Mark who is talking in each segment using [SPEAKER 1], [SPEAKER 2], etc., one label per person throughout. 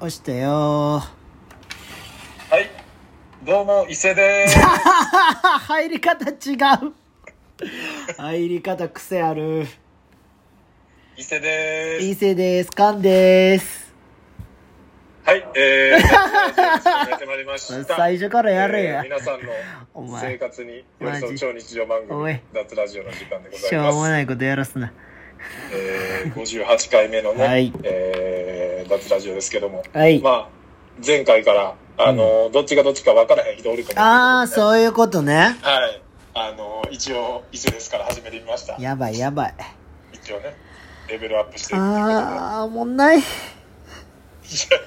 [SPEAKER 1] 落ちたよー
[SPEAKER 2] はい。どうも、伊勢 です。
[SPEAKER 1] 入り方違う入り方癖ある
[SPEAKER 2] 伊勢です。
[SPEAKER 1] 伊勢ですカンです
[SPEAKER 2] はい。 えー、やってまいりました。
[SPEAKER 1] 最初からやれ
[SPEAKER 2] えー
[SPEAKER 1] や
[SPEAKER 2] 皆さん
[SPEAKER 1] お
[SPEAKER 2] の
[SPEAKER 1] 前
[SPEAKER 2] 生活に寄り添
[SPEAKER 1] マ
[SPEAKER 2] う
[SPEAKER 1] ジ
[SPEAKER 2] 超日常番
[SPEAKER 1] おい
[SPEAKER 2] 組、脱ラジオの時間でござ
[SPEAKER 1] し
[SPEAKER 2] い
[SPEAKER 1] ょうも
[SPEAKER 2] ます。
[SPEAKER 1] ないことやらすな
[SPEAKER 2] えー、58回目のね、
[SPEAKER 1] はい
[SPEAKER 2] えー、脱ラジオですけども、
[SPEAKER 1] はい
[SPEAKER 2] まあ、前回から、あの、どっちがどっちか分からへん人おるかも。
[SPEAKER 1] ああ
[SPEAKER 2] う。
[SPEAKER 1] そういうことね
[SPEAKER 2] はい。あの、一応、伊勢ですから始めてみました。
[SPEAKER 1] やばいやばい
[SPEAKER 2] 一応ね、レベルアップしていくっていうことで。
[SPEAKER 1] ああもんない
[SPEAKER 2] い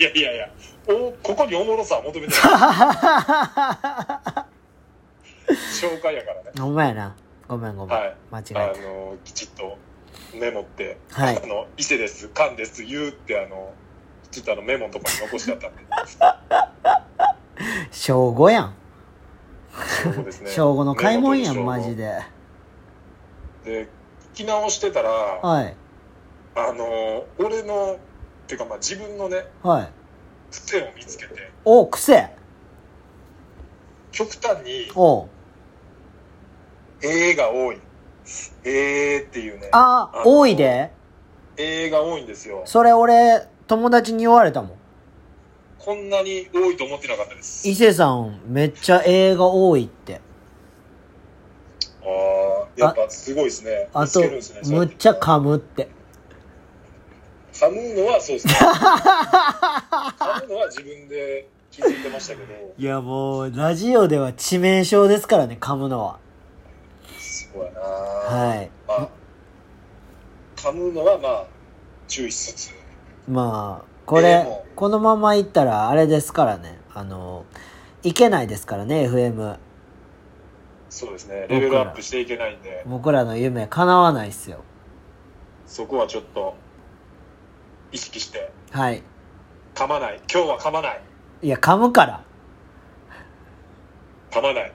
[SPEAKER 2] やいやいや、おここにおもろさを求め てない。紹介やからね。
[SPEAKER 1] ほんまやなごめんごめん、
[SPEAKER 2] はい。
[SPEAKER 1] 間違え
[SPEAKER 2] あ
[SPEAKER 1] た
[SPEAKER 2] の、きちっとメモって、
[SPEAKER 1] はい
[SPEAKER 2] あの、伊勢です、カンです、言うって、あの、きちっとあのメモのとこに残してあったんで。
[SPEAKER 1] 小5やん
[SPEAKER 2] そうで すね。
[SPEAKER 1] 小5の買い物やん
[SPEAKER 2] メモ
[SPEAKER 1] マ
[SPEAKER 2] と
[SPEAKER 1] ジ。で
[SPEAKER 2] で、聞き直してたら、
[SPEAKER 1] はい
[SPEAKER 2] あの、俺の、てかまあ自分のね、
[SPEAKER 1] はい
[SPEAKER 2] 癖を見つけて、
[SPEAKER 1] お癖
[SPEAKER 2] 極端に、
[SPEAKER 1] おう
[SPEAKER 2] えーが多い。えーっていうね。
[SPEAKER 1] ああ
[SPEAKER 2] あの
[SPEAKER 1] 多いで
[SPEAKER 2] えーが多いんですよ。
[SPEAKER 1] それ俺友達に言われたもん
[SPEAKER 2] こんなに多いと思ってなかったです。
[SPEAKER 1] 伊勢さんめっちゃ映画多いって
[SPEAKER 2] ああ、やっぱすごいですね。
[SPEAKER 1] あ
[SPEAKER 2] 見つ
[SPEAKER 1] と
[SPEAKER 2] けるんですね、そうや
[SPEAKER 1] む
[SPEAKER 2] っ
[SPEAKER 1] ってちゃ噛むって
[SPEAKER 2] 噛むのはそうですね。噛むのは自分で気づいてましたけ ど、
[SPEAKER 1] いやもうラジオでは致命傷ですからね噛むのは
[SPEAKER 2] すごいな。
[SPEAKER 1] はいい
[SPEAKER 2] まあ、噛むのはまあ、注意しつつ。
[SPEAKER 1] まあこれ
[SPEAKER 2] でも
[SPEAKER 1] このままいったらあれですからねあのいけないですからね FM
[SPEAKER 2] そうですね。レベルアップしていけないんで、
[SPEAKER 1] 僕らの夢叶わないっすよ
[SPEAKER 2] そこはちょっと、意識して、
[SPEAKER 1] はい
[SPEAKER 2] 噛まない。今日は噛まない。
[SPEAKER 1] いや噛むから
[SPEAKER 2] 噛まない。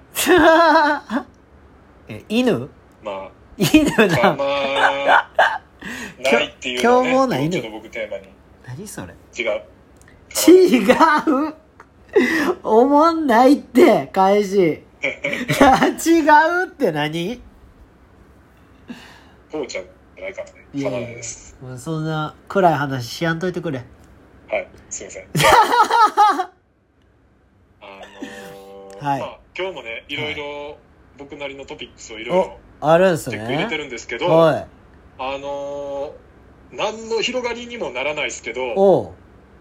[SPEAKER 1] え犬
[SPEAKER 2] まあ、
[SPEAKER 1] 犬
[SPEAKER 2] 噛
[SPEAKER 1] な
[SPEAKER 2] まないっていうのを、ね、
[SPEAKER 1] 今日もないね
[SPEAKER 2] ちょっと僕テーマに。
[SPEAKER 1] 何それ
[SPEAKER 2] 違 う。
[SPEAKER 1] 違うおもんないって返しいや違うって何
[SPEAKER 2] こうちゃんじゃないからね。
[SPEAKER 1] い
[SPEAKER 2] か
[SPEAKER 1] や
[SPEAKER 2] ないい
[SPEAKER 1] や
[SPEAKER 2] です。
[SPEAKER 1] もうそんな暗い話しやんといてくれ
[SPEAKER 2] はい。すい ません。あのー
[SPEAKER 1] はい
[SPEAKER 2] まあ、今日もね、いろいろ僕なりのトピックスをいろい
[SPEAKER 1] お
[SPEAKER 2] ろ
[SPEAKER 1] あるんす
[SPEAKER 2] チェック入れて
[SPEAKER 1] ね
[SPEAKER 2] るんですけど、あ
[SPEAKER 1] はい
[SPEAKER 2] のー何の広がりにもならないですけど、
[SPEAKER 1] おう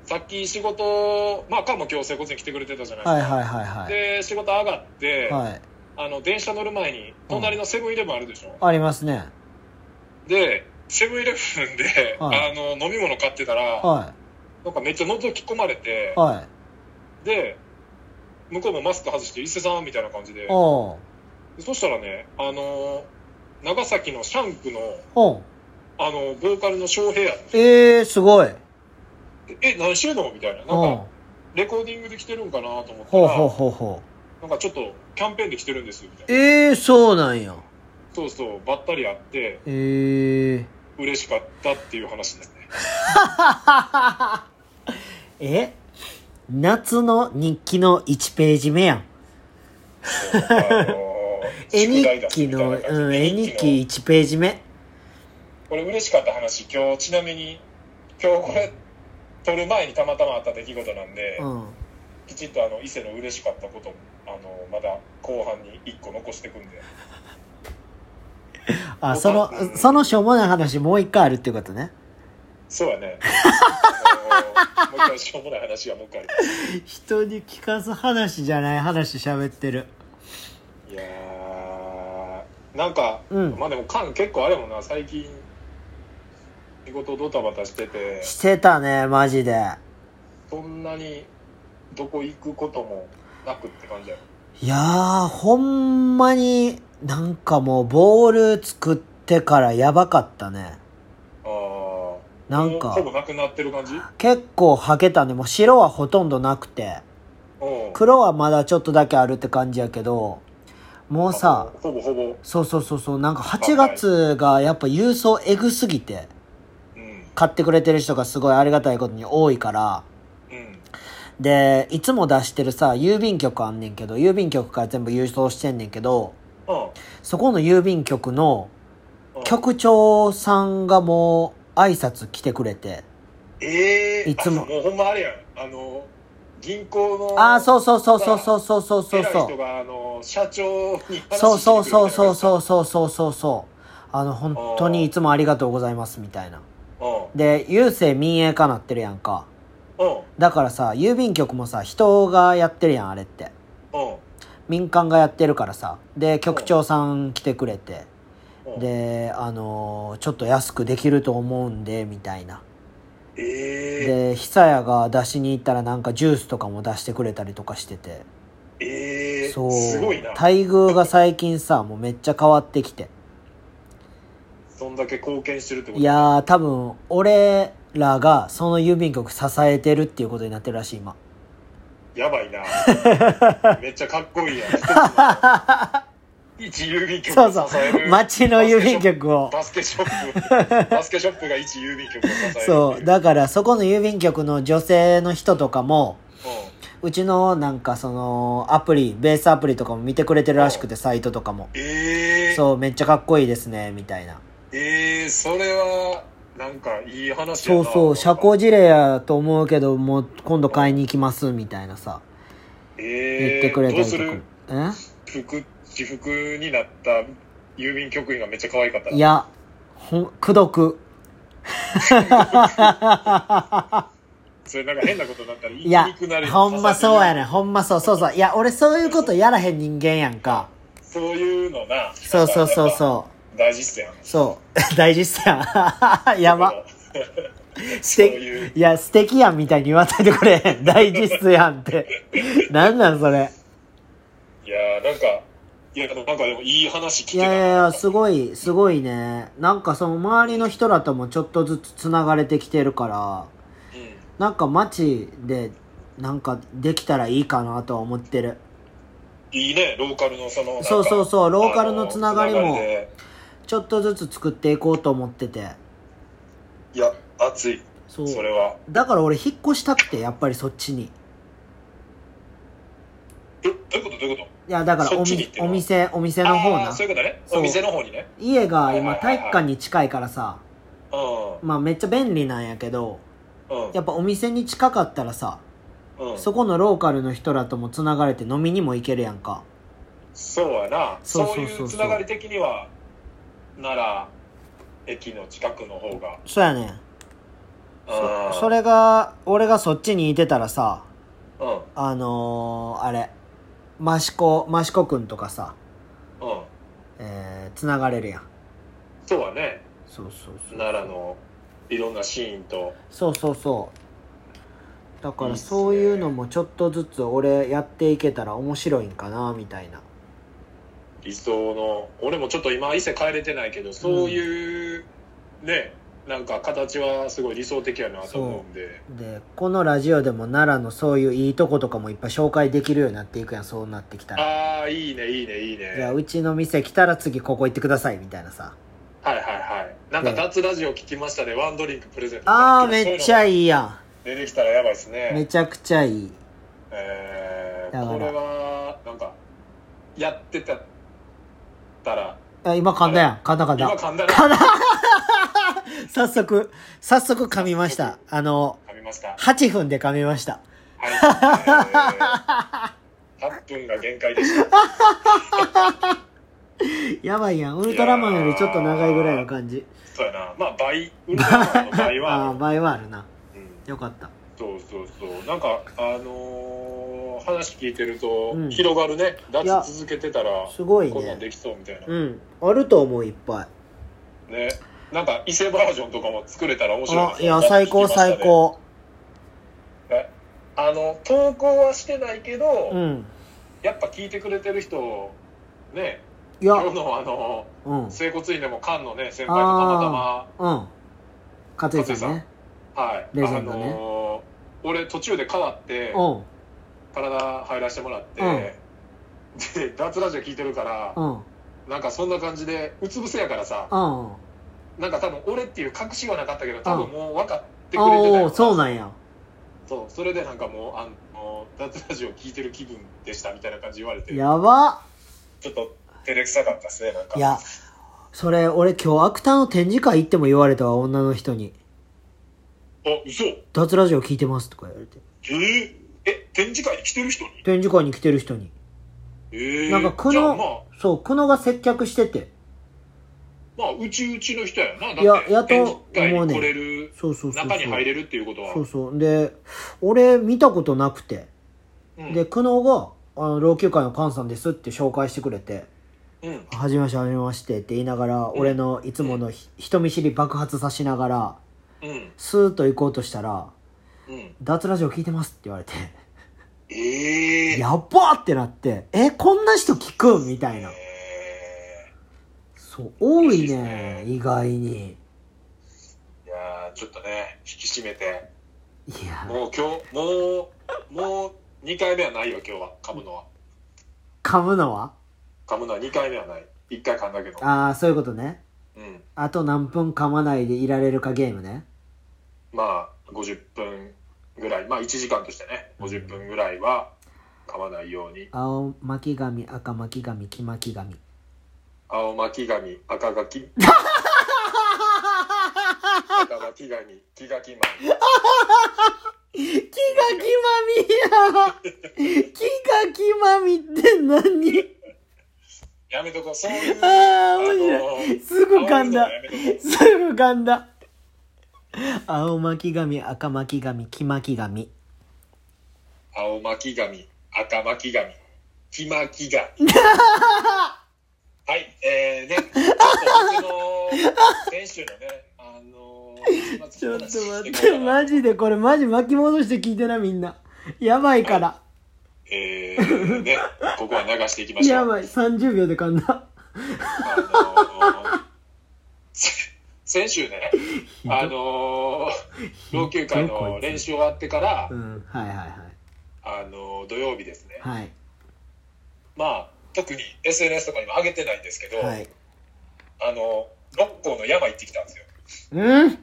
[SPEAKER 2] さっき仕事、まあ、かも今日整骨院来てくれてたじゃないですか。
[SPEAKER 1] はいはいはいはい
[SPEAKER 2] で、仕事上がって、
[SPEAKER 1] はい
[SPEAKER 2] あの、電車乗る前に、隣のセブンイレブンあるでしょ。
[SPEAKER 1] ありますね
[SPEAKER 2] で、セブンイレブンで、
[SPEAKER 1] はい
[SPEAKER 2] あの、飲み物買ってたら、
[SPEAKER 1] は
[SPEAKER 2] なんかめっちゃ覗き込まれて
[SPEAKER 1] い、はい
[SPEAKER 2] で向こうもマスク外して伊勢さんみたいな感じで
[SPEAKER 1] おう
[SPEAKER 2] そしたらねあのー長崎のシャンクの
[SPEAKER 1] おう
[SPEAKER 2] あのーボーカルの翔平やって
[SPEAKER 1] ええー、すごい
[SPEAKER 2] え何してんのみたいななん
[SPEAKER 1] お
[SPEAKER 2] か
[SPEAKER 1] う
[SPEAKER 2] レコーディングで来てるんかなと思った
[SPEAKER 1] ほう
[SPEAKER 2] ら
[SPEAKER 1] ほうほうほ
[SPEAKER 2] なんかちょっとキャンペーンで来てるんですみたいうな
[SPEAKER 1] ええー、そうなんや
[SPEAKER 2] そうそうばったり会って
[SPEAKER 1] ええー
[SPEAKER 2] 嬉しかったっていう話です
[SPEAKER 1] え
[SPEAKER 2] ね
[SPEAKER 1] 夏の日記の1ページ目やん
[SPEAKER 2] あのー
[SPEAKER 1] 絵
[SPEAKER 2] 宿
[SPEAKER 1] 日
[SPEAKER 2] 題出す
[SPEAKER 1] 記
[SPEAKER 2] みたい
[SPEAKER 1] の、
[SPEAKER 2] な感じで
[SPEAKER 1] うん、絵日記1ページ目
[SPEAKER 2] これ嬉しかった話今日ちなみに今日これ撮る前にたまたまあった出来事なんで、
[SPEAKER 1] うん
[SPEAKER 2] きちっとあの伊勢の嬉しかったこともあのまだ後半に1個残してくんで
[SPEAKER 1] あその
[SPEAKER 2] うん
[SPEAKER 1] そのしょうもない話もう一回あるっていうことね
[SPEAKER 2] そうやねあのもう一回しょうもない話はもう一回あります
[SPEAKER 1] 人に聞かす話じゃない話喋ってる
[SPEAKER 2] いやーなんか、
[SPEAKER 1] うん
[SPEAKER 2] まあでも缶結構あれもんな最近仕事ドタバタしてて
[SPEAKER 1] してたねマジで
[SPEAKER 2] そんなにどこ行くこともなくって感じやろ
[SPEAKER 1] いやーほんまになんかもうボール作ってからやばかったね
[SPEAKER 2] あー
[SPEAKER 1] なんか
[SPEAKER 2] もうほぼなくなってる感じうん
[SPEAKER 1] 結構はけたねもう白はほとんどなくて黒はまだちょっとだけあるって感じやけどもうさ
[SPEAKER 2] ほぼほぼ
[SPEAKER 1] そうそうそうそうなんか8月がやっぱ郵送エグすぎて
[SPEAKER 2] うん
[SPEAKER 1] 買ってくれてる人がすごいありがたいことに多いから
[SPEAKER 2] うんうん。
[SPEAKER 1] で、いつも出してるさ、郵便局あんねんけど、郵便局から全部郵送してんねんけど、
[SPEAKER 2] うん。
[SPEAKER 1] そこの郵便局の
[SPEAKER 2] うん。
[SPEAKER 1] 局長さんがもう挨拶来てくれて、
[SPEAKER 2] ええー。
[SPEAKER 1] いつも
[SPEAKER 2] あもうほんまあれやん。あの、銀行の。
[SPEAKER 1] ああ、そうそうそうそうそうそうそうそう
[SPEAKER 2] 偉い
[SPEAKER 1] そ
[SPEAKER 2] 人
[SPEAKER 1] う。
[SPEAKER 2] が、あの、社長に話
[SPEAKER 1] そうそうそうそう
[SPEAKER 2] う。
[SPEAKER 1] そうそうそうそうそう。あの、本当にいつもありがとうございますみたいな。
[SPEAKER 2] う
[SPEAKER 1] で、郵政民営化なってるやんか。
[SPEAKER 2] ん。うん。
[SPEAKER 1] だからさ、郵便局もさ、人がやってるやん、あれって。
[SPEAKER 2] うん。
[SPEAKER 1] 民間がやってるからさ。で、局長さん来てくれて。
[SPEAKER 2] うん、
[SPEAKER 1] で、あのーちょっと安くできると思うんで、みたいな。
[SPEAKER 2] え
[SPEAKER 1] で、久屋が出しに行ったらなんかジュースとかも出してくれたりとかしてて。
[SPEAKER 2] えええ
[SPEAKER 1] そう。
[SPEAKER 2] すごいな。
[SPEAKER 1] 待遇が最近さ、もうめっちゃ変わってきて。
[SPEAKER 2] そんだけ貢献してるってこと
[SPEAKER 1] いやー、多分、俺らがその郵便局支えてるっていうことになってるらしい、今。
[SPEAKER 2] やば いな。めっちゃかっこいいやん。一郵便局
[SPEAKER 1] そ
[SPEAKER 2] を
[SPEAKER 1] うそ
[SPEAKER 2] 支える。
[SPEAKER 1] う。街の郵便局を。
[SPEAKER 2] バスケショップ。バスケショップが一郵便局を支えるってい。
[SPEAKER 1] そう。だから、そこの郵便局の女性の人とかも、
[SPEAKER 2] うん
[SPEAKER 1] うちのなんかその、アプリ、ベースアプリとかも見てくれてるらしくて、サイトとかも。
[SPEAKER 2] ええ
[SPEAKER 1] そう、めっちゃかっこいいですね、みたいな。
[SPEAKER 2] ええそれは、なんかいい話やな。
[SPEAKER 1] そうそう、社交辞令やと思うけど、もう今度買いに行きます、みたいなさ。言
[SPEAKER 2] 言
[SPEAKER 1] ってくれた
[SPEAKER 2] ど
[SPEAKER 1] り
[SPEAKER 2] う
[SPEAKER 1] と
[SPEAKER 2] す
[SPEAKER 1] か
[SPEAKER 2] る。
[SPEAKER 1] え
[SPEAKER 2] 服、私服になった郵便局員がめっちゃ可愛かった。
[SPEAKER 1] いや、ほん、くどく。
[SPEAKER 2] それなんか変なことになったら言い
[SPEAKER 1] いや
[SPEAKER 2] にくなる、
[SPEAKER 1] ほんまそうやねん。ほんまそう、そうそう。いや、俺そういうことやらへん人間やんか。
[SPEAKER 2] そういうのな。。
[SPEAKER 1] そうそうそうそう
[SPEAKER 2] 大事っすやん。
[SPEAKER 1] う。そう。 大事っすやん。や ば。素
[SPEAKER 2] そういう
[SPEAKER 1] 敵。いや、素敵やんみたいに言わないでくれへ ん。大事っすやんって。なんなんそれ。
[SPEAKER 2] いやーなんか、いや、なんかでもいい話聞
[SPEAKER 1] い
[SPEAKER 2] けた
[SPEAKER 1] や
[SPEAKER 2] ない
[SPEAKER 1] やいや、すごい、すごいね。なんかその周りの人らともちょっとずつ繋がれてきてるから、
[SPEAKER 2] うん
[SPEAKER 1] なんか街で、なんかできたらいいかなとは思ってる。
[SPEAKER 2] いいね、ローカルのその、なんか
[SPEAKER 1] そうそうそうローカルのつながりも
[SPEAKER 2] あのつなで
[SPEAKER 1] ちょっとずつ作っていこうと思ってて。
[SPEAKER 2] いや、熱い。
[SPEAKER 1] そう。
[SPEAKER 2] それは。
[SPEAKER 1] だから俺引っ越したくて、やっぱりそっちに。
[SPEAKER 2] え、どういうことどういうこ
[SPEAKER 1] いや、だから
[SPEAKER 2] そ
[SPEAKER 1] お
[SPEAKER 2] っちに
[SPEAKER 1] み
[SPEAKER 2] っていう
[SPEAKER 1] お
[SPEAKER 2] の
[SPEAKER 1] 店、お店
[SPEAKER 2] と
[SPEAKER 1] の方
[SPEAKER 2] あー
[SPEAKER 1] な
[SPEAKER 2] そう。いうことね。
[SPEAKER 1] そう
[SPEAKER 2] お店の方にね。
[SPEAKER 1] 家が
[SPEAKER 2] は
[SPEAKER 1] 今
[SPEAKER 2] いはいはい
[SPEAKER 1] 体育館に近いからさ、
[SPEAKER 2] う
[SPEAKER 1] まあめっちゃ便利なんやけど、
[SPEAKER 2] ん。うん。
[SPEAKER 1] やっぱお店に近かったらさ、
[SPEAKER 2] うん、
[SPEAKER 1] そこのローカルの人らとも繋がれて飲みにも行けるやんか。
[SPEAKER 2] そうやな。
[SPEAKER 1] そうそう
[SPEAKER 2] そう
[SPEAKER 1] そうそう
[SPEAKER 2] いうつながり的には、なら、駅の近くの方が。
[SPEAKER 1] そうやねん。
[SPEAKER 2] うん
[SPEAKER 1] そそ。れが、俺がそっちにいてたらさ、
[SPEAKER 2] うん。うん。
[SPEAKER 1] あのー、あれ、益子、益子くんとかさ、えー、繋がれるやん。
[SPEAKER 2] そうはね、
[SPEAKER 1] そうそうそう。
[SPEAKER 2] 奈良。のいろんなシーンと。
[SPEAKER 1] そうそうそう。だか
[SPEAKER 2] いい
[SPEAKER 1] ら
[SPEAKER 2] っすね
[SPEAKER 1] そういうのもちょっとずつ俺やっていけたら面白いんかな、みたいな。
[SPEAKER 2] 理想の俺もちょっと今伊勢帰れてないけどそういう、ねなんか形はすごい理想的やなと思うんで
[SPEAKER 1] で、このラジオでも奈良のそういういいとことかもいっぱい紹介できるようになっていくやん、そうなってきたら。
[SPEAKER 2] ああいいねいいねいいね
[SPEAKER 1] じゃあ
[SPEAKER 2] はいう
[SPEAKER 1] ちの店来たら次ここ行ってください、みたいなさ。
[SPEAKER 2] はいはいなんか「脱ラジオ聞きましたで、ワンドリンクプレゼント」
[SPEAKER 1] あー、めっち
[SPEAKER 2] い
[SPEAKER 1] ゃいいや
[SPEAKER 2] 出てきたらやばいです
[SPEAKER 1] ん。め
[SPEAKER 2] ね
[SPEAKER 1] ちゃくちゃいい。
[SPEAKER 2] え
[SPEAKER 1] だ
[SPEAKER 2] ー、
[SPEAKER 1] から
[SPEAKER 2] これはなんかやってたたら
[SPEAKER 1] あ今噛んだやん。噛んだ噛ん
[SPEAKER 2] 今
[SPEAKER 1] だ。
[SPEAKER 2] 噛んだら
[SPEAKER 1] 早速、早速噛みました。あの、
[SPEAKER 2] 噛みました
[SPEAKER 1] 8分で噛みました。
[SPEAKER 2] はいえー8分が限界でした
[SPEAKER 1] やばいやん。ウルトラマンよりちょっと長いぐらいの感じ。
[SPEAKER 2] そうやなまあ倍ウルトラマンの倍は
[SPEAKER 1] ああー、倍はあるな。
[SPEAKER 2] うん
[SPEAKER 1] よかった。
[SPEAKER 2] そうそうそうなんかあのー話聞いてると、
[SPEAKER 1] うん
[SPEAKER 2] 広がるね
[SPEAKER 1] いや
[SPEAKER 2] 脱続けてたら
[SPEAKER 1] すごい
[SPEAKER 2] こんなん
[SPEAKER 1] ね
[SPEAKER 2] で。きそうみたいな、
[SPEAKER 1] うん。あると思う、いっぱい。
[SPEAKER 2] ねなんか伊勢バージョンとかも作れたら面白いで
[SPEAKER 1] あ、
[SPEAKER 2] す
[SPEAKER 1] い
[SPEAKER 2] ね
[SPEAKER 1] や、最高、最高。
[SPEAKER 2] ねあの投稿はしてないけど、
[SPEAKER 1] うん。
[SPEAKER 2] やっぱ聞いてくれてる人ね
[SPEAKER 1] いや
[SPEAKER 2] 今、日のあの
[SPEAKER 1] うん。
[SPEAKER 2] 整骨院でも菅野ね先輩とたまたま
[SPEAKER 1] うん。勝井さんね。
[SPEAKER 2] はい、
[SPEAKER 1] レジ
[SPEAKER 2] あ
[SPEAKER 1] ェンドね
[SPEAKER 2] のー俺途中で変わって
[SPEAKER 1] うん。
[SPEAKER 2] 体入らせてもらって、
[SPEAKER 1] うん
[SPEAKER 2] で脱ラジオ聞いてるから、
[SPEAKER 1] うん。
[SPEAKER 2] なんかそんな感じでうつ伏せやからさ
[SPEAKER 1] うん。
[SPEAKER 2] なんか多分俺っていう確信はなかったけど多分もう分かってくれてた
[SPEAKER 1] お
[SPEAKER 2] よ
[SPEAKER 1] おそうなんや。
[SPEAKER 2] そうそれでなんかもうあの脱ラジオ聞いてる気分でしたみたいな感じ言われて
[SPEAKER 1] やば
[SPEAKER 2] ちょっと照れくさかったですねなんか
[SPEAKER 1] いやそれ俺今日アクターの展示会行っても言われたわ女の人に
[SPEAKER 2] あ嘘え
[SPEAKER 1] 「脱ラジオ聞いてます」とか言われて
[SPEAKER 2] ーえ展示会に来てる人に
[SPEAKER 1] 展示会に来てる人に
[SPEAKER 2] えー、
[SPEAKER 1] なんか久
[SPEAKER 2] じゃあ
[SPEAKER 1] 野、
[SPEAKER 2] まあ
[SPEAKER 1] そう久野が接客してて
[SPEAKER 2] まあうちうちの人やなだって
[SPEAKER 1] いややっと
[SPEAKER 2] 展示会
[SPEAKER 1] 思う
[SPEAKER 2] に
[SPEAKER 1] ね
[SPEAKER 2] 来れる
[SPEAKER 1] そうそうそうそう
[SPEAKER 2] 中に入れるっていうことは
[SPEAKER 1] そうそうで俺見たことなくて
[SPEAKER 2] うん
[SPEAKER 1] で久能があの老朽化の菅さんです」って紹介してくれて
[SPEAKER 2] うん
[SPEAKER 1] 「はじめましてはじめまして」って言いながら俺のいつものひ人見知り爆発さしながら
[SPEAKER 2] うん
[SPEAKER 1] スーッと行こうとしたら
[SPEAKER 2] うん
[SPEAKER 1] 「脱ラジオ聞いてます」って言われて
[SPEAKER 2] え
[SPEAKER 1] 「
[SPEAKER 2] え
[SPEAKER 1] やっば!」ってなって「えこんな人聞く?」みたいな
[SPEAKER 2] え
[SPEAKER 1] そう多
[SPEAKER 2] い
[SPEAKER 1] い
[SPEAKER 2] いです
[SPEAKER 1] ね
[SPEAKER 2] ね
[SPEAKER 1] 意外に
[SPEAKER 2] ーいやーちょっとね引き締めて
[SPEAKER 1] いや
[SPEAKER 2] もう今日もうもう2回目はないよ今日は噛むのは
[SPEAKER 1] 噛むのは
[SPEAKER 2] 噛むのは2回目はない1回噛んだけど
[SPEAKER 1] ああそういうことね
[SPEAKER 2] うん
[SPEAKER 1] あと何分噛まないでいられるかゲームね
[SPEAKER 2] まあ50分ぐらいまあ1時間としてね50分ぐらいは噛まないように
[SPEAKER 1] 青巻紙赤巻紙黄巻 紙
[SPEAKER 2] 青巻紙赤柿赤巻紙木垣マン
[SPEAKER 1] 木がきま みや木がきまみって何
[SPEAKER 2] やめとこうそういう
[SPEAKER 1] ああ面
[SPEAKER 2] あの
[SPEAKER 1] 白い
[SPEAKER 2] ー
[SPEAKER 1] すぐ噛んだ
[SPEAKER 2] 青いのやめとこ
[SPEAKER 1] すぐ噛んだ青巻紙赤巻紙黄巻紙
[SPEAKER 2] う青巻紙赤巻紙木巻紙はいえー、ねちょっと僕の選手のねあのー、
[SPEAKER 1] ちょっと待ってマジでこれマジ巻き戻して聞いてなみんなやばいから
[SPEAKER 2] えー、ねここは流していきましょ
[SPEAKER 1] や
[SPEAKER 2] う
[SPEAKER 1] ばい30秒で噛んだ
[SPEAKER 2] あのー 先週ね、あのー老朽化の練習終わってから
[SPEAKER 1] う、んはいはいはい
[SPEAKER 2] あのー土曜日ですね、
[SPEAKER 1] はい
[SPEAKER 2] まあ、特に SNS とかにも上げてないんですけど、
[SPEAKER 1] はい
[SPEAKER 2] あのー六甲の山行ってきたんですよ。
[SPEAKER 1] うん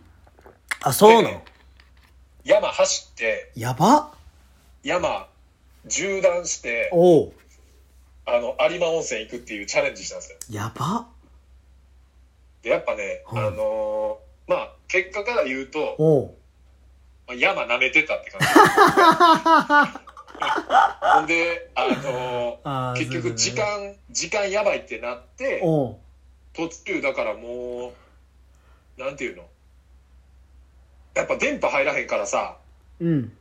[SPEAKER 1] あそうな
[SPEAKER 2] で
[SPEAKER 1] の
[SPEAKER 2] ね山走って、
[SPEAKER 1] やば
[SPEAKER 2] 山縦断して、
[SPEAKER 1] おう
[SPEAKER 2] あの、有馬温泉行くっていうチャレンジしたんですよ。
[SPEAKER 1] やば
[SPEAKER 2] で、やっぱね、
[SPEAKER 1] はい
[SPEAKER 2] あのーまあ、結果から言うと、
[SPEAKER 1] おう
[SPEAKER 2] まあ山舐めてた って感じ。ほんで、あのー
[SPEAKER 1] あー
[SPEAKER 2] 結
[SPEAKER 1] そういうこ
[SPEAKER 2] 局
[SPEAKER 1] とね
[SPEAKER 2] 時間時間やばいってなって
[SPEAKER 1] おう
[SPEAKER 2] 途中だからもうなんていうのやっぱ電波入らへんからさ
[SPEAKER 1] うん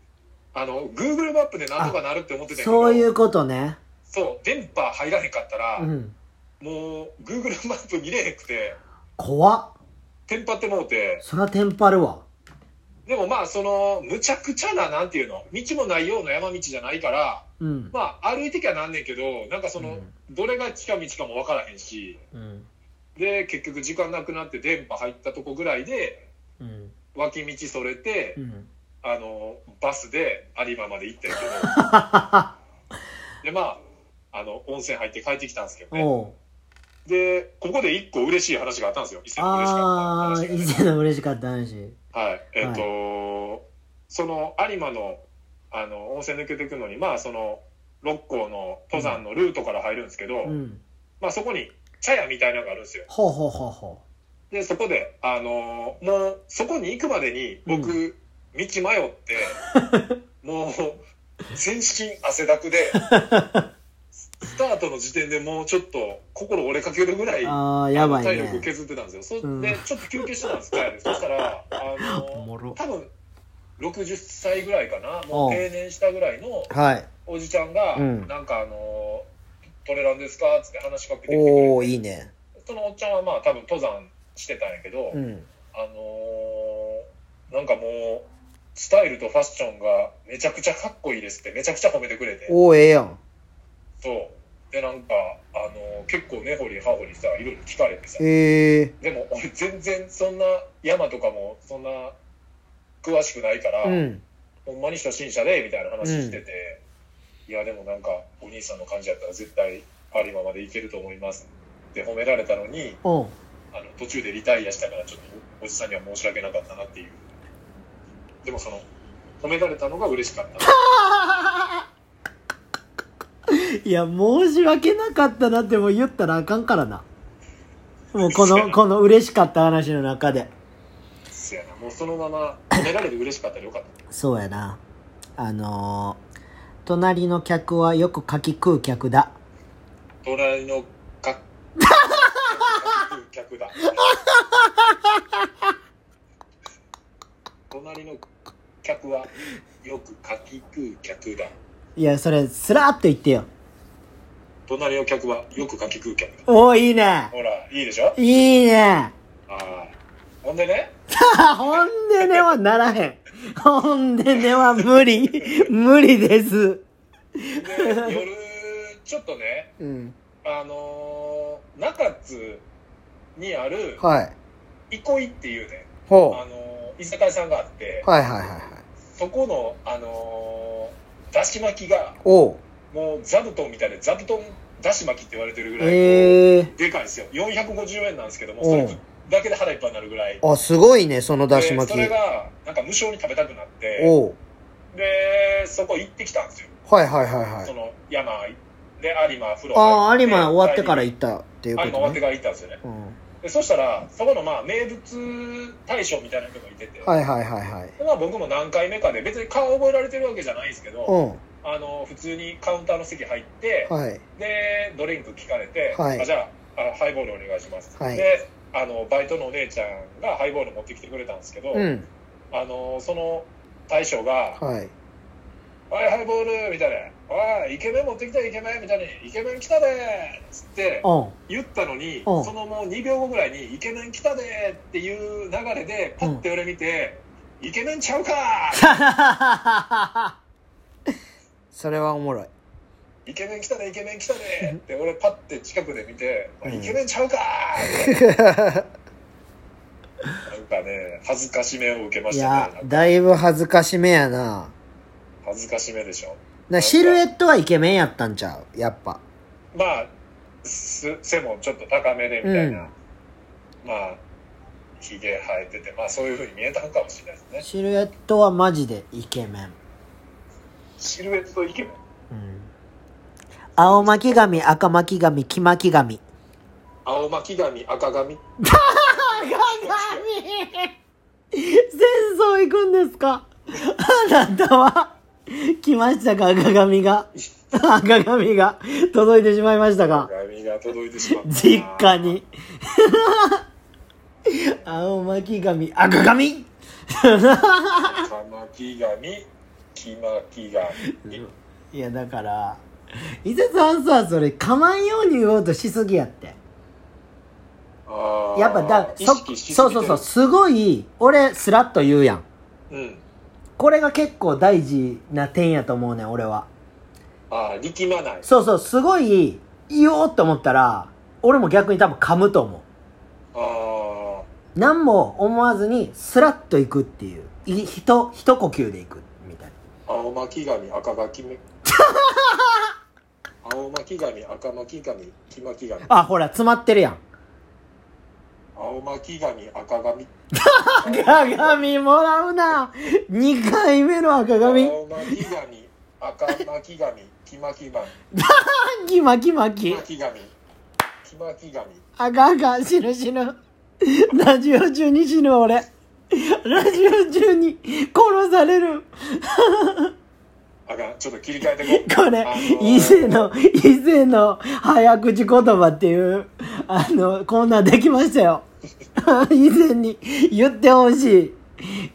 [SPEAKER 2] あの Google マップでなんとかなるって思ってたんやけど
[SPEAKER 1] そういうことね
[SPEAKER 2] そう電波入らへんかったら、
[SPEAKER 1] うん
[SPEAKER 2] もう Google マップ見れへんくて
[SPEAKER 1] 怖っ
[SPEAKER 2] テンパってもうて
[SPEAKER 1] そらテンパるわ
[SPEAKER 2] でもまあそのむちゃくちゃななんていうの道もないような山道じゃないから
[SPEAKER 1] うん
[SPEAKER 2] まあ歩いてきゃなんねんけどなんかその、
[SPEAKER 1] うん
[SPEAKER 2] どれが近道かもわからへんし
[SPEAKER 1] うん
[SPEAKER 2] で結局時間なくなって電波入ったとこぐらいで
[SPEAKER 1] うん
[SPEAKER 2] 脇道それて、
[SPEAKER 1] うん
[SPEAKER 2] あのバスで有馬まで行ったんやけど でまああの温泉入って帰ってきたんですけどね
[SPEAKER 1] おう
[SPEAKER 2] でここで一個嬉しい話があったんですよ一切嬉し
[SPEAKER 1] あ
[SPEAKER 2] かった
[SPEAKER 1] あ
[SPEAKER 2] 話が
[SPEAKER 1] 以
[SPEAKER 2] ね
[SPEAKER 1] 前の嬉しかった話
[SPEAKER 2] はいえっ、と、その有馬のあの温泉抜けていくのにまあその六甲の登山のルートから入るんですけど、
[SPEAKER 1] うん
[SPEAKER 2] まあそこに茶屋みたいなのがあるんですよ
[SPEAKER 1] ほうほうほうほ
[SPEAKER 2] でそこであのーもうそこに行くまでに僕、
[SPEAKER 1] う
[SPEAKER 2] 道迷って もう全身汗だくでスタートの時点でもうちょっと心折れかけるぐらいう
[SPEAKER 1] ああやばい
[SPEAKER 2] 体力
[SPEAKER 1] ね
[SPEAKER 2] 削ってたんですよそ、
[SPEAKER 1] うん
[SPEAKER 2] でちょっと休憩してたんです帰るそしたら、あ
[SPEAKER 1] お
[SPEAKER 2] の
[SPEAKER 1] もろ
[SPEAKER 2] ー多分60歳ぐらいかなもう定年したぐらいの
[SPEAKER 1] はい
[SPEAKER 2] おじちゃんが、
[SPEAKER 1] うん
[SPEAKER 2] なんかあのートレランですか?」っつって話しかけてきてく
[SPEAKER 1] おお
[SPEAKER 2] れて
[SPEAKER 1] いいね
[SPEAKER 2] そのおっちゃんはまあ多分登山してたんやけど、
[SPEAKER 1] うん
[SPEAKER 2] あのーなんかもう、スタイルとファッションがめちゃくちゃかっこいいですって、めちゃくちゃ褒めてくれて、
[SPEAKER 1] おおええやん
[SPEAKER 2] そう。で、なんか、あのー結構根掘り葉掘りさ、いろいろ聞かれてさ、
[SPEAKER 1] ええ
[SPEAKER 2] でも俺全然そんな山とかもそんな詳しくないから、
[SPEAKER 1] うん
[SPEAKER 2] ほんまに初心者で、みたいな話してて、いや、でもなんか、お兄さんの感じやったら絶対有馬まで行けると思いますって褒められたのに、
[SPEAKER 1] おう
[SPEAKER 2] あの途中でリタイアしたからちょっとおじさんには申し訳なかったなっていうでもその褒められたのが嬉しかった。
[SPEAKER 1] いや、申し訳なかったなってもう言ったらあかんからな。もうこの、この嬉しかった話の中で。
[SPEAKER 2] そやな、もうそのまま褒められて嬉しかったらよかった。
[SPEAKER 1] そうやな。あのー、隣の客はよく柿食う客だ。
[SPEAKER 2] 隣のか客だ。隣の客はよく柿食う客だ。
[SPEAKER 1] いや、それ、スラーっと言ってよ。
[SPEAKER 2] 隣の客はよく柿食う客だ。
[SPEAKER 1] おー、いいね。
[SPEAKER 2] ほら、いいでしょ
[SPEAKER 1] いいね。
[SPEAKER 2] ああ。ほんでね、
[SPEAKER 1] ほんでねはならへん。ほんでねは無理。無理です。
[SPEAKER 2] で夜、ちょっとね、
[SPEAKER 1] うん。
[SPEAKER 2] あのー中津にある、
[SPEAKER 1] はい。
[SPEAKER 2] 憩いっていうね、
[SPEAKER 1] ほ
[SPEAKER 2] あのー居酒屋さんがあって、
[SPEAKER 1] う。はいはいはいはい。
[SPEAKER 2] そこの、あのーだし巻きが、
[SPEAKER 1] おう。
[SPEAKER 2] もう座布団みたいで、座布団だし巻きって言われてるぐらい、
[SPEAKER 1] ええ
[SPEAKER 2] でかいんですよ。450円なんですけども、それだけで腹いっぱいになるぐらい。
[SPEAKER 1] ー。あ、すごいね、そのだし巻
[SPEAKER 2] でそ
[SPEAKER 1] き。
[SPEAKER 2] れが、なんか無償に食べたくなって、
[SPEAKER 1] おう。
[SPEAKER 2] で、そこ行ってきたんですよ。
[SPEAKER 1] はいはいはいは
[SPEAKER 2] そ
[SPEAKER 1] い。
[SPEAKER 2] の山で有馬風呂
[SPEAKER 1] あ
[SPEAKER 2] 入
[SPEAKER 1] あ、
[SPEAKER 2] って
[SPEAKER 1] 有馬終わってから
[SPEAKER 2] 有
[SPEAKER 1] 行ったっていう
[SPEAKER 2] 馬
[SPEAKER 1] こ
[SPEAKER 2] 終わ
[SPEAKER 1] と
[SPEAKER 2] って
[SPEAKER 1] ね。
[SPEAKER 2] から行ったんですよね
[SPEAKER 1] うん。
[SPEAKER 2] でそしたらそこのまあ名物大将みたいな人がいてて、
[SPEAKER 1] はいはいはいはい。
[SPEAKER 2] でまあ、僕も何回目かで別に顔覚えられてるわけじゃないんですけど
[SPEAKER 1] う
[SPEAKER 2] あの普通にカウンターの席入って、
[SPEAKER 1] ん。はい。
[SPEAKER 2] でドリンク聞かれて、
[SPEAKER 1] はい
[SPEAKER 2] あじゃああハイボールお願いします、
[SPEAKER 1] はい
[SPEAKER 2] であのバイトのお姉ちゃんがハイボール持ってきてくれたんですけど、
[SPEAKER 1] うん。
[SPEAKER 2] あのその大将が
[SPEAKER 1] はい。
[SPEAKER 2] おい、ハイボールみたいな。おい、イケメン持ってきたイケメンみたいに、イケメン来たでーっつって
[SPEAKER 1] うん。
[SPEAKER 2] 言ったのに、
[SPEAKER 1] うん
[SPEAKER 2] そのもう2秒後ぐらいに、イケメン来たでーっていう流れで、パッて俺見て、イケメンちゃうか
[SPEAKER 1] それはおもろい。
[SPEAKER 2] ーイケメン来たで、イケメン来たでーって俺パッて近くで見て、
[SPEAKER 1] うん
[SPEAKER 2] イケメンちゃう かーなんかね、恥ずかしめを受けま
[SPEAKER 1] い
[SPEAKER 2] したね。
[SPEAKER 1] や
[SPEAKER 2] な、んか
[SPEAKER 1] だいぶ恥ずかしめやな。
[SPEAKER 2] 恥ずかしめでしょ。
[SPEAKER 1] なシルエットはイケメンやったんちゃうやっぱ。
[SPEAKER 2] まあ、す背もちょっと高めでみたいな、
[SPEAKER 1] うん
[SPEAKER 2] まあ、ひげ生えてて、まあそういうふうに見えたのかもしれないですね。
[SPEAKER 1] シルエットはマジでイケメン。
[SPEAKER 2] シルエットイケメン。
[SPEAKER 1] うん。青巻紙、赤巻紙、黄巻紙。
[SPEAKER 2] 青巻紙、赤髪。
[SPEAKER 1] 赤紙 戦争行くんですかあなたは来ましたか赤紙が。赤紙が届いてしまいましたか
[SPEAKER 2] 髪が届いてしまったな。
[SPEAKER 1] 実家 に。青巻紙、赤紙
[SPEAKER 2] 赤巻紙、黄巻紙。
[SPEAKER 1] いや、だから、伊勢さんさ、それ、かまんように言おうとしすぎやって。
[SPEAKER 2] あー
[SPEAKER 1] やっぱだ、
[SPEAKER 2] 意
[SPEAKER 1] そ、
[SPEAKER 2] 識しす
[SPEAKER 1] そ
[SPEAKER 2] ぎて
[SPEAKER 1] うそうそう、すごい、俺、スラッと言うやん。
[SPEAKER 2] うん。
[SPEAKER 1] これが結構大事な点やと思うねん、俺は。
[SPEAKER 2] ああ、力まない。
[SPEAKER 1] そうそう、すごい、言おうと思ったら、俺も逆に多分噛むと思
[SPEAKER 2] ああ、
[SPEAKER 1] う。何も思わずに、スラッと行くっていう。いひと、一呼吸で行く、みたいな。
[SPEAKER 2] 青巻紙、赤 巻目。青巻紙、赤巻紙、黄巻紙。
[SPEAKER 1] あ、ほら、詰まってるやん。
[SPEAKER 2] 青巻紙、赤髪。
[SPEAKER 1] 赤紙もらうな !2 回目の赤紙。
[SPEAKER 2] 青巻紙、赤巻紙、黄巻紙。
[SPEAKER 1] キマキマ
[SPEAKER 2] 黄
[SPEAKER 1] キ。
[SPEAKER 2] 巻紙、黄巻紙。
[SPEAKER 1] あかんあかん、死ぬ死ぬ。ラジオ中に死ぬ俺。ラジオ中に殺される。
[SPEAKER 2] あかん、ちょっと切り替えてこう。
[SPEAKER 1] これ
[SPEAKER 2] あのー、
[SPEAKER 1] 伊勢の、伊勢の早口言葉っていう、あの、コーナーできましたよ。以前に言ってほしい、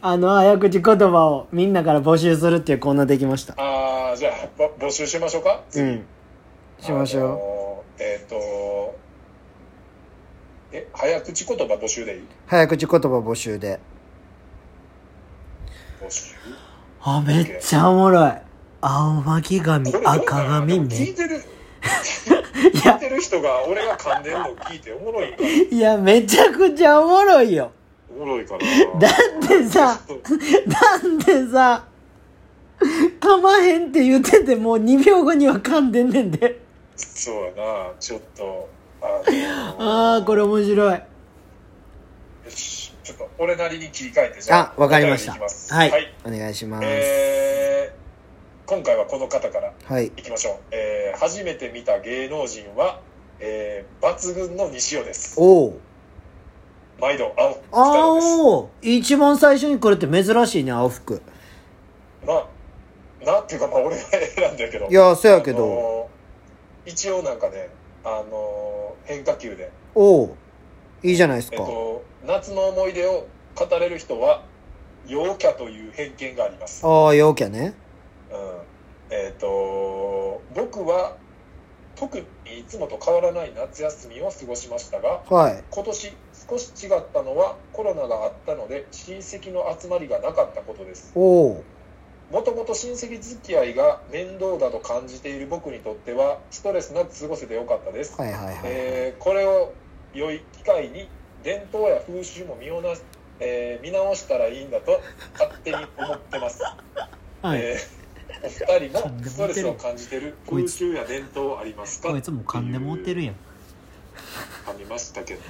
[SPEAKER 1] あの、早口言葉をみんなから募集するっていうコーナーできました。
[SPEAKER 2] ああ、じゃあ、ぼ募集しましょうか。
[SPEAKER 1] うん。しましょ。
[SPEAKER 2] ょう。えっ、と、え、早口言葉募集でいいう
[SPEAKER 1] 早口言葉募集で。
[SPEAKER 2] 募集。
[SPEAKER 1] あ、めっちゃおもろい。青巻紙、
[SPEAKER 2] これどうなの
[SPEAKER 1] 赤紙めっ
[SPEAKER 2] 聞いてる、
[SPEAKER 1] いや
[SPEAKER 2] 聞い、てる人が俺が噛んでるの聞いておもろいか、
[SPEAKER 1] いや、めちゃくちゃおもろいよ。
[SPEAKER 2] おもろいか
[SPEAKER 1] だ
[SPEAKER 2] な。
[SPEAKER 1] って さ、なんでさ、噛まへんって言っててもう2秒後には噛んでんねんで。
[SPEAKER 2] そうやな、ちょっと、あのー
[SPEAKER 1] ああ、これ面白い。
[SPEAKER 2] よしちょっと俺なりに切り替えてじゃ
[SPEAKER 1] あ
[SPEAKER 2] あ、
[SPEAKER 1] わかりました。
[SPEAKER 2] お便りいきます
[SPEAKER 1] は
[SPEAKER 2] はいい。
[SPEAKER 1] お願いします。
[SPEAKER 2] えー今回はこの方から
[SPEAKER 1] はい。
[SPEAKER 2] いきましょう、えー初めて見た芸能人は、えー抜群の西尾です
[SPEAKER 1] おう。
[SPEAKER 2] 毎度青北
[SPEAKER 1] あ
[SPEAKER 2] 野です
[SPEAKER 1] お一番最初に来るって珍しいね、青服。
[SPEAKER 2] まあなっていうかまあ俺が選んだけど
[SPEAKER 1] いや、そやけ
[SPEAKER 2] あ
[SPEAKER 1] ど。
[SPEAKER 2] のー一応なんかね、あのー変化球で、
[SPEAKER 1] おう。いいじゃないです
[SPEAKER 2] えっ
[SPEAKER 1] か。
[SPEAKER 2] と、夏の思い出を語れる人は陽キャという偏見があります、
[SPEAKER 1] ああ、陽キャね。
[SPEAKER 2] うんえっと僕は特にいつもと変わらない夏休みを過ごしましたが
[SPEAKER 1] はい。
[SPEAKER 2] 今年少し違ったのはコロナがあったので親戚の集まりがなかったことです
[SPEAKER 1] おう。
[SPEAKER 2] もともと親戚付き合いが面倒だと感じている僕にとってはストレスなく過ごせてよかったです
[SPEAKER 1] はいはいはい。
[SPEAKER 2] えーこれを良い機会に伝統や風習も見よな、えー見直したらいいんだと勝手に思ってます、
[SPEAKER 1] はい。
[SPEAKER 2] えーお二人もストレスを感じてる風習や伝統ありますか
[SPEAKER 1] こいつもう噛んでもってるやん。
[SPEAKER 2] 噛みましたけどね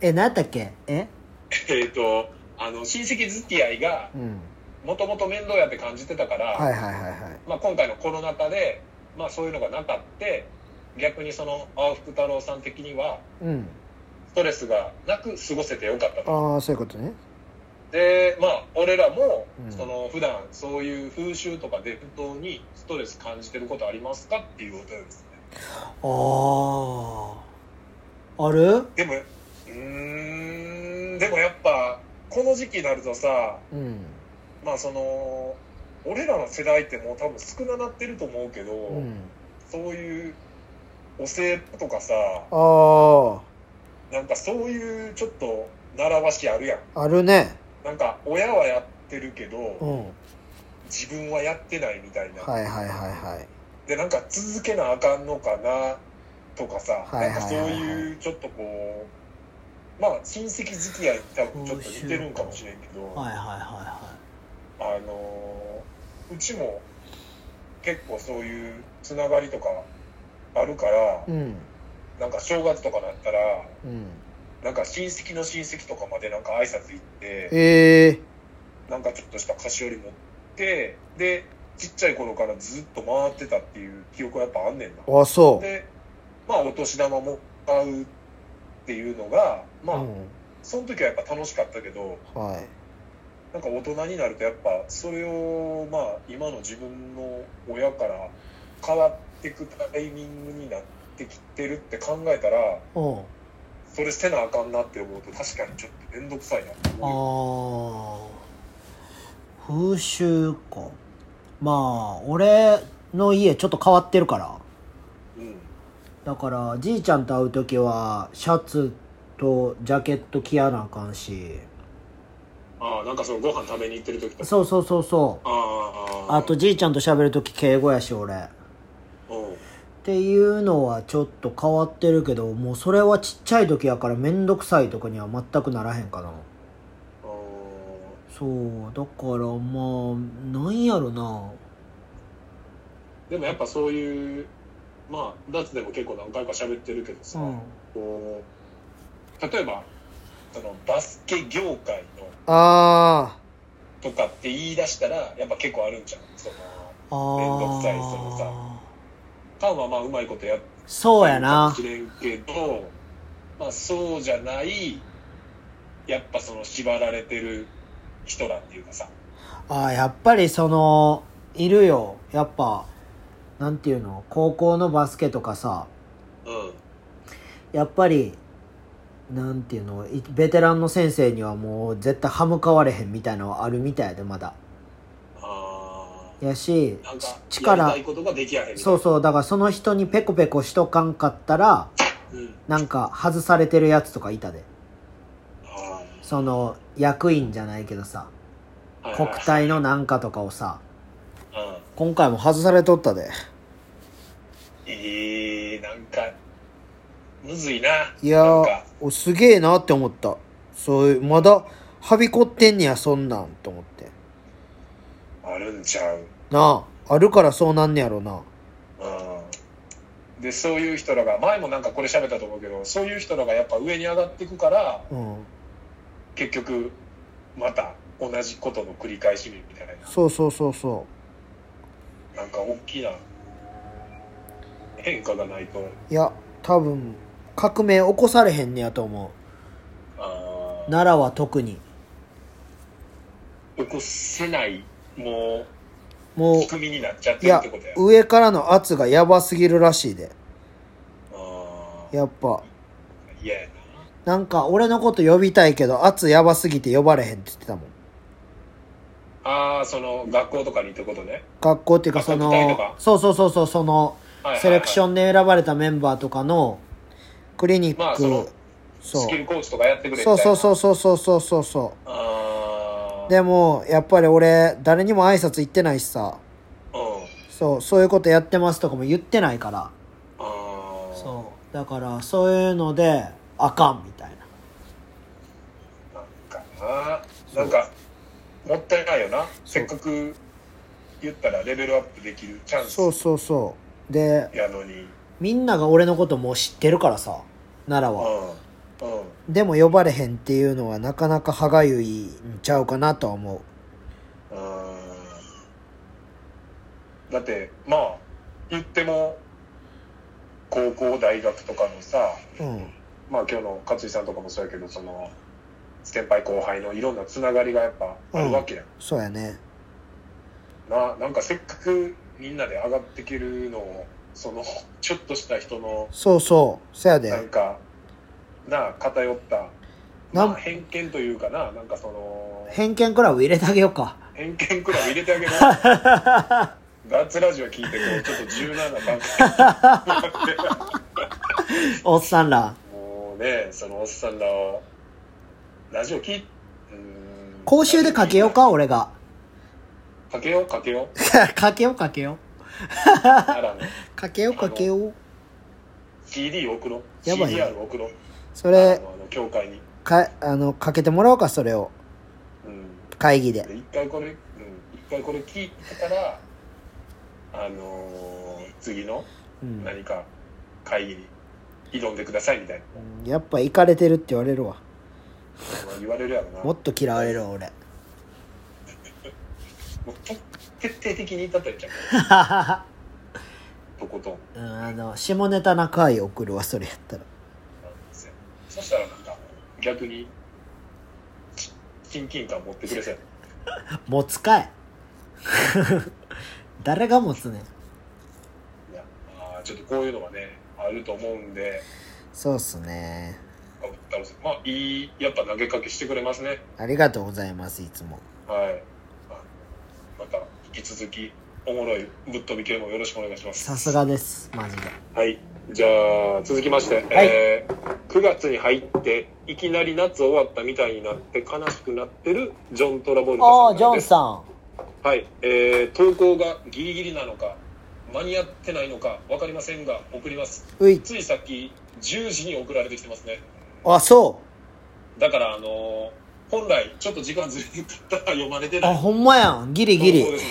[SPEAKER 1] え、なんだっけえ
[SPEAKER 2] えっとあの親戚付き合いが
[SPEAKER 1] うん。
[SPEAKER 2] もともと面倒やって感じてたから、
[SPEAKER 1] はいはいはいはい。
[SPEAKER 2] まあ、今回のコロナ禍で、まあ、そういうのがなかって逆にその青福太郎さん的には
[SPEAKER 1] うん。
[SPEAKER 2] ストレスがなく過ごせてよかったと
[SPEAKER 1] ああ、そういうことね。
[SPEAKER 2] でまあ俺らも、
[SPEAKER 1] うん
[SPEAKER 2] その普段そういう風習とか伝統にストレス感じてることありますかっていうお便りですね
[SPEAKER 1] ああ。ある
[SPEAKER 2] でもうーんでもやっぱこの時期になるとさ
[SPEAKER 1] うん。
[SPEAKER 2] まあその俺らの世代ってもう多分少ななってると思うけど、
[SPEAKER 1] うん。
[SPEAKER 2] そういうお歳暮とかさ
[SPEAKER 1] あ
[SPEAKER 2] なんかそういうちょっと習わしあるやん
[SPEAKER 1] あ。あるね。
[SPEAKER 2] なんか親はやってるけど、
[SPEAKER 1] うん。
[SPEAKER 2] 自分はやってないみたいな、
[SPEAKER 1] はいはいはいはい。
[SPEAKER 2] でなんか続けなあかんのかなとかさ、
[SPEAKER 1] はいはいはいはい
[SPEAKER 2] なんかそういうちょっとこうまあ親戚付き合いに多分ちょっと似てるんかもしれんけど、
[SPEAKER 1] はいはいは
[SPEAKER 2] あのーうちも結構そういうつながりとかあるから
[SPEAKER 1] いはい。うん。
[SPEAKER 2] なんか正月とかだったら
[SPEAKER 1] うん。
[SPEAKER 2] なんか親戚の親戚とかまでなんか挨拶行って
[SPEAKER 1] ええ
[SPEAKER 2] なんかちょっとした菓子折り持ってでちっちゃい頃からずっと回ってたっていう記憶はやっぱあんねんな。
[SPEAKER 1] あ、そう。
[SPEAKER 2] で、まあ、お年玉も買うっていうのが、まあ、
[SPEAKER 1] うん。
[SPEAKER 2] その時はやっぱ楽しかったけど、
[SPEAKER 1] はい。
[SPEAKER 2] なんか大人になるとやっぱ、それを、まあ、今の自分の親から変わっていくタイミングになってきてるって考えたら、
[SPEAKER 1] うん。あ
[SPEAKER 2] それせなあかんなって思うと、確かにちょっと面倒くさいなって思うよ
[SPEAKER 1] あ。風習か。まあ、俺の家ちょっと変わってるから。
[SPEAKER 2] うん。
[SPEAKER 1] だから、じいちゃんと会う時は、シャツとジャケット着やなあかんし。
[SPEAKER 2] ああ、なんかそのご飯食べに行ってる時とか。
[SPEAKER 1] そうそうそうそう。
[SPEAKER 2] ああ。
[SPEAKER 1] あと、じいちゃんと喋る時敬語やし、俺。
[SPEAKER 2] うん。
[SPEAKER 1] っていうのはちょっと変わってるけどもうそれはちっちゃい時やから面倒くさいとかには全くならへんかな
[SPEAKER 2] あ
[SPEAKER 1] そうだからまあなんやろな
[SPEAKER 2] ーでもやっぱそういう、まあ、脱でも結構何回か喋ってるけどさ、こう例えばそのバスケ業界の
[SPEAKER 1] あ
[SPEAKER 2] とかって言い出したらやっぱ結構あるんじゃんその
[SPEAKER 1] ーあ
[SPEAKER 2] 面倒くさいそのさカンはまあうまいことやって
[SPEAKER 1] そうや
[SPEAKER 2] るかも
[SPEAKER 1] な
[SPEAKER 2] しれんけどまあそうじゃないやっぱその縛られてる人らっていうかさ
[SPEAKER 1] あーやっぱりそのいるよやっぱなんていうの高校のバスケとかさ
[SPEAKER 2] うん
[SPEAKER 1] やっぱりなんていうのいベテランの先生にはもう絶対歯向かわれへんみたいなのはあるみたいでまだ
[SPEAKER 2] あ
[SPEAKER 1] やし
[SPEAKER 2] ーなんか
[SPEAKER 1] ち
[SPEAKER 2] やり
[SPEAKER 1] 力
[SPEAKER 2] たいことができやへんみたいな
[SPEAKER 1] そうそうだからその人にペコペコしとかんかったら
[SPEAKER 2] うん
[SPEAKER 1] なんか外されてるやつとかいたで
[SPEAKER 2] あ
[SPEAKER 1] その役員じゃないけどさ
[SPEAKER 2] ーはいはい
[SPEAKER 1] 国体のなんかとかをさ
[SPEAKER 2] うん
[SPEAKER 1] 今回も外されとったで
[SPEAKER 2] えー、なんかむずいない
[SPEAKER 1] や
[SPEAKER 2] なんか
[SPEAKER 1] ーおすげえなって思ったそういうまだはびこってんねやそんなんと思って
[SPEAKER 2] あるんちゃう
[SPEAKER 1] なああるからそうなんねやろな
[SPEAKER 2] うんでそういう人らが前もなんかこれ喋ったと思うけどそういう人らがやっぱ上に上がっていくから
[SPEAKER 1] うん、
[SPEAKER 2] 結局また同じことの繰り返しみたい
[SPEAKER 1] そうそうそうそ
[SPEAKER 2] ななんか大きな変化がないと
[SPEAKER 1] ういや多分革命起こされへんねやと思
[SPEAKER 2] あ
[SPEAKER 1] う奈良は特に
[SPEAKER 2] ー起こせないもう
[SPEAKER 1] もう
[SPEAKER 2] 仕組みになっちゃっ
[SPEAKER 1] い
[SPEAKER 2] てるっ
[SPEAKER 1] や
[SPEAKER 2] てことや
[SPEAKER 1] 上からの圧がやばすぎるらしいで
[SPEAKER 2] あー
[SPEAKER 1] やっぱ
[SPEAKER 2] 嫌や
[SPEAKER 1] な
[SPEAKER 2] な
[SPEAKER 1] んか俺のこと呼びたいけど圧やばすぎて呼ばれへんって言ってたもん
[SPEAKER 2] ああその学校とかにってことね
[SPEAKER 1] 学校っていうかそ
[SPEAKER 2] 学校行きたいと
[SPEAKER 1] の
[SPEAKER 2] か
[SPEAKER 1] そうそうそうそうその
[SPEAKER 2] はいはいはい
[SPEAKER 1] セレクションで選ばれたメンバーとかのクリニック、
[SPEAKER 2] まあその
[SPEAKER 1] そ
[SPEAKER 2] ス
[SPEAKER 1] う
[SPEAKER 2] キルコーチとかやってくれみた
[SPEAKER 1] そ
[SPEAKER 2] いうな
[SPEAKER 1] そうそうそうそうそうそうそ
[SPEAKER 2] あ
[SPEAKER 1] う
[SPEAKER 2] あ
[SPEAKER 1] でもやっぱり俺誰にも挨拶行ってないしさ
[SPEAKER 2] うん
[SPEAKER 1] そうそういうことやってますとかも言ってないから
[SPEAKER 2] ああ
[SPEAKER 1] そうだからそういうのであかんみたいな
[SPEAKER 2] なんかななんかもったいないよなせっかく言ったらレベルアップできるチャン
[SPEAKER 1] そう
[SPEAKER 2] ス
[SPEAKER 1] そうそうで
[SPEAKER 2] やのに
[SPEAKER 1] みんなが俺のこともう知ってるからさ奈
[SPEAKER 2] う
[SPEAKER 1] 良
[SPEAKER 2] ん
[SPEAKER 1] は
[SPEAKER 2] うん
[SPEAKER 1] でも呼ばれへんっていうのはなかなか歯がゆいんちゃうかなとは思
[SPEAKER 2] うんだってまあ言っても高校大学とかのさ
[SPEAKER 1] ううん
[SPEAKER 2] まあ今日の勝井さんとかもそうやけどその先輩後輩のいろんなつながりがやっぱあるわけやん、
[SPEAKER 1] そうやね
[SPEAKER 2] ななんかせっかくみんなで上がってけるのをその ちょっとした人の
[SPEAKER 1] そうそうそやで
[SPEAKER 2] なんかなあ偏った、
[SPEAKER 1] な
[SPEAKER 2] ま
[SPEAKER 1] ん
[SPEAKER 2] あ、偏見というかななんかその
[SPEAKER 1] 偏見クラブ入れてあげようか
[SPEAKER 2] 偏見くらい入れて あげるガッツラジオ聞いてこうちょっと柔軟な番組
[SPEAKER 1] おっさんら
[SPEAKER 2] もうねそのおっさんらをラジオ聞いうん
[SPEAKER 1] 公衆でかけようか俺が
[SPEAKER 2] かけようかけよう
[SPEAKER 1] かけようかけよ
[SPEAKER 2] な らね
[SPEAKER 1] うかけようかけよう
[SPEAKER 2] CD 送ろう
[SPEAKER 1] やばいね
[SPEAKER 2] CDR 送ろう
[SPEAKER 1] それ
[SPEAKER 2] あのあの教会に、
[SPEAKER 1] かあのかけてもらおうかそれを
[SPEAKER 2] うん、
[SPEAKER 1] 会議で
[SPEAKER 2] で一回これ、うん、一回これ聞いてからあのー次の
[SPEAKER 1] うん
[SPEAKER 2] 何か会議に挑んでくださいみたいな
[SPEAKER 1] やっぱ行かれてるって言われるわ
[SPEAKER 2] まあ言われるやろな
[SPEAKER 1] もっと嫌われるわ俺
[SPEAKER 2] もう徹徹底的に叩いちゃうとこと
[SPEAKER 1] う
[SPEAKER 2] ん
[SPEAKER 1] んあの下ネタな会送るわそれやったら
[SPEAKER 2] なんですよそしたらなんか逆にち親近感持ってくれそうや
[SPEAKER 1] 持つかい 誰が持つねん
[SPEAKER 2] ないやまあちょっとこういうのがねあると思うんで
[SPEAKER 1] そうっすね
[SPEAKER 2] あ太郎さんまあいいやっぱ投げかけしてくれますね
[SPEAKER 1] ありがとうございますいつも
[SPEAKER 2] はいあまた引き続きおもろいぶっ飛び系もよろしくお願いします
[SPEAKER 1] さすがですマジで
[SPEAKER 2] はい。じゃあ、続きまして、
[SPEAKER 1] い
[SPEAKER 2] えー9月に入って、いきなり夏終わったみたいになって、悲しくなってるジョン・トラボルタ
[SPEAKER 1] ああ
[SPEAKER 2] さん
[SPEAKER 1] ジ
[SPEAKER 2] から
[SPEAKER 1] ョ
[SPEAKER 2] で
[SPEAKER 1] ン
[SPEAKER 2] す。
[SPEAKER 1] さ
[SPEAKER 2] はい。えー投稿がギリギリなのか、間に合ってないのか、わかりませんが、送ります。
[SPEAKER 1] んうい
[SPEAKER 2] ついさっき、10時に送られてきてますね。
[SPEAKER 1] あそ
[SPEAKER 2] だから、あのー本来、ちょっと時間ずれにったら読まれて
[SPEAKER 1] う
[SPEAKER 2] な
[SPEAKER 1] あ
[SPEAKER 2] い。
[SPEAKER 1] ほんまやんギリギ
[SPEAKER 2] そうで
[SPEAKER 1] リ
[SPEAKER 2] すね。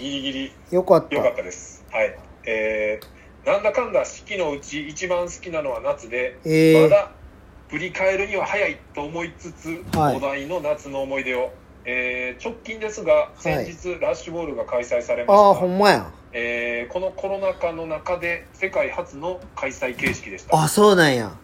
[SPEAKER 2] ギリギリ。
[SPEAKER 1] よかった
[SPEAKER 2] よかったです。はい。えー、なんだかんだ四季のうち一番好きなのは夏で、
[SPEAKER 1] えー
[SPEAKER 2] まだ振り返るには早いと思いつつ、
[SPEAKER 1] はい
[SPEAKER 2] お題の夏の思い出を、えー直近ですが、先日、ラッシュボールが開催されま
[SPEAKER 1] ああ
[SPEAKER 2] し
[SPEAKER 1] ほ
[SPEAKER 2] た。
[SPEAKER 1] んまやん
[SPEAKER 2] えーこのコロナ禍の中で世界初の開催形式でした。
[SPEAKER 1] あそうなんや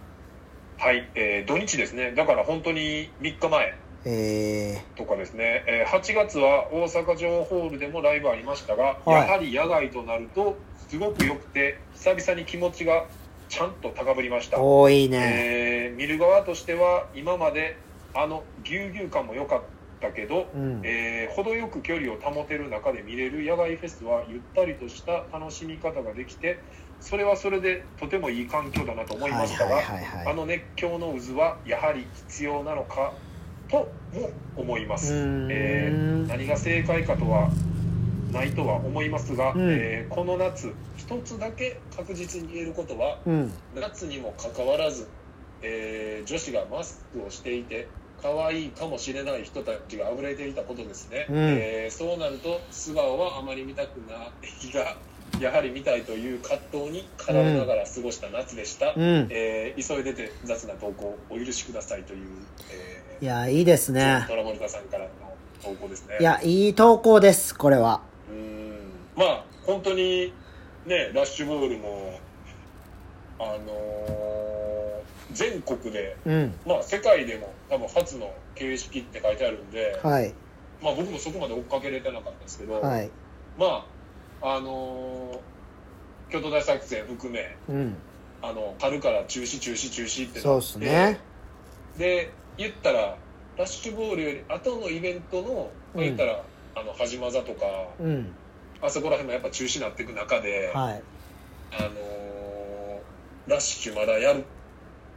[SPEAKER 2] はい、えー土日ですね。だから本当に3日前
[SPEAKER 1] ええ
[SPEAKER 2] とかですね、えー8月は大阪城ホールでもライブありましたが、
[SPEAKER 1] はい
[SPEAKER 2] やはり野外となるとすごく良くて久々に気持ちがちゃんと高ぶりました、
[SPEAKER 1] おーいいね、
[SPEAKER 2] えー見る側としては今まであのぎゅうぎゅう感も良かったけど、
[SPEAKER 1] うん
[SPEAKER 2] えー程よく距離を保てる中で見れる野外フェスはゆったりとした楽しみ方ができてそれはそれでとてもいい環境だなと思いましたが、
[SPEAKER 1] はいはいはいは
[SPEAKER 2] あ
[SPEAKER 1] い
[SPEAKER 2] の熱狂の渦はやはり必要なのかとも思いま
[SPEAKER 1] う
[SPEAKER 2] す、
[SPEAKER 1] ーん
[SPEAKER 2] えー何が正解かとはないとは思いますが、
[SPEAKER 1] うん
[SPEAKER 2] えーこの夏一つだけ確実に言えることは
[SPEAKER 1] うん
[SPEAKER 2] 夏にもかかわらず、えー女子がマスクをしていて可愛いかもしれない人たちがあふれていたことですね、
[SPEAKER 1] うん
[SPEAKER 2] えーそうなると素顔はあまり見たくないがやはり見たいという葛藤に駆られながら過ごした夏でした、
[SPEAKER 1] うん
[SPEAKER 2] えー急いでて雑な投稿お許しくださいという、
[SPEAKER 1] い
[SPEAKER 2] え
[SPEAKER 1] や、いいですね
[SPEAKER 2] ー、。ドラモルタさんからの投稿ですね
[SPEAKER 1] いや、いい投稿です、これは。
[SPEAKER 2] うーんまあ本当にねラッシュボールもあのー全国で
[SPEAKER 1] うん。
[SPEAKER 2] まあ世界でも多分初の形式って書いてあるんで、
[SPEAKER 1] はい。
[SPEAKER 2] まあ僕もそこまで追っかけれてなかったんですけど、
[SPEAKER 1] はい。
[SPEAKER 2] まああのー京都大作戦含め
[SPEAKER 1] うん。
[SPEAKER 2] あの春から中止中止中止ってなって
[SPEAKER 1] そうっすね。
[SPEAKER 2] で言ったらラッシュボールより後のイベントの、
[SPEAKER 1] うん
[SPEAKER 2] 言ったらあの始ま座とか
[SPEAKER 1] うん。
[SPEAKER 2] あそこら辺もやっぱ中止になっていく中で、
[SPEAKER 1] はい。
[SPEAKER 2] あのーラッシュまだやるっ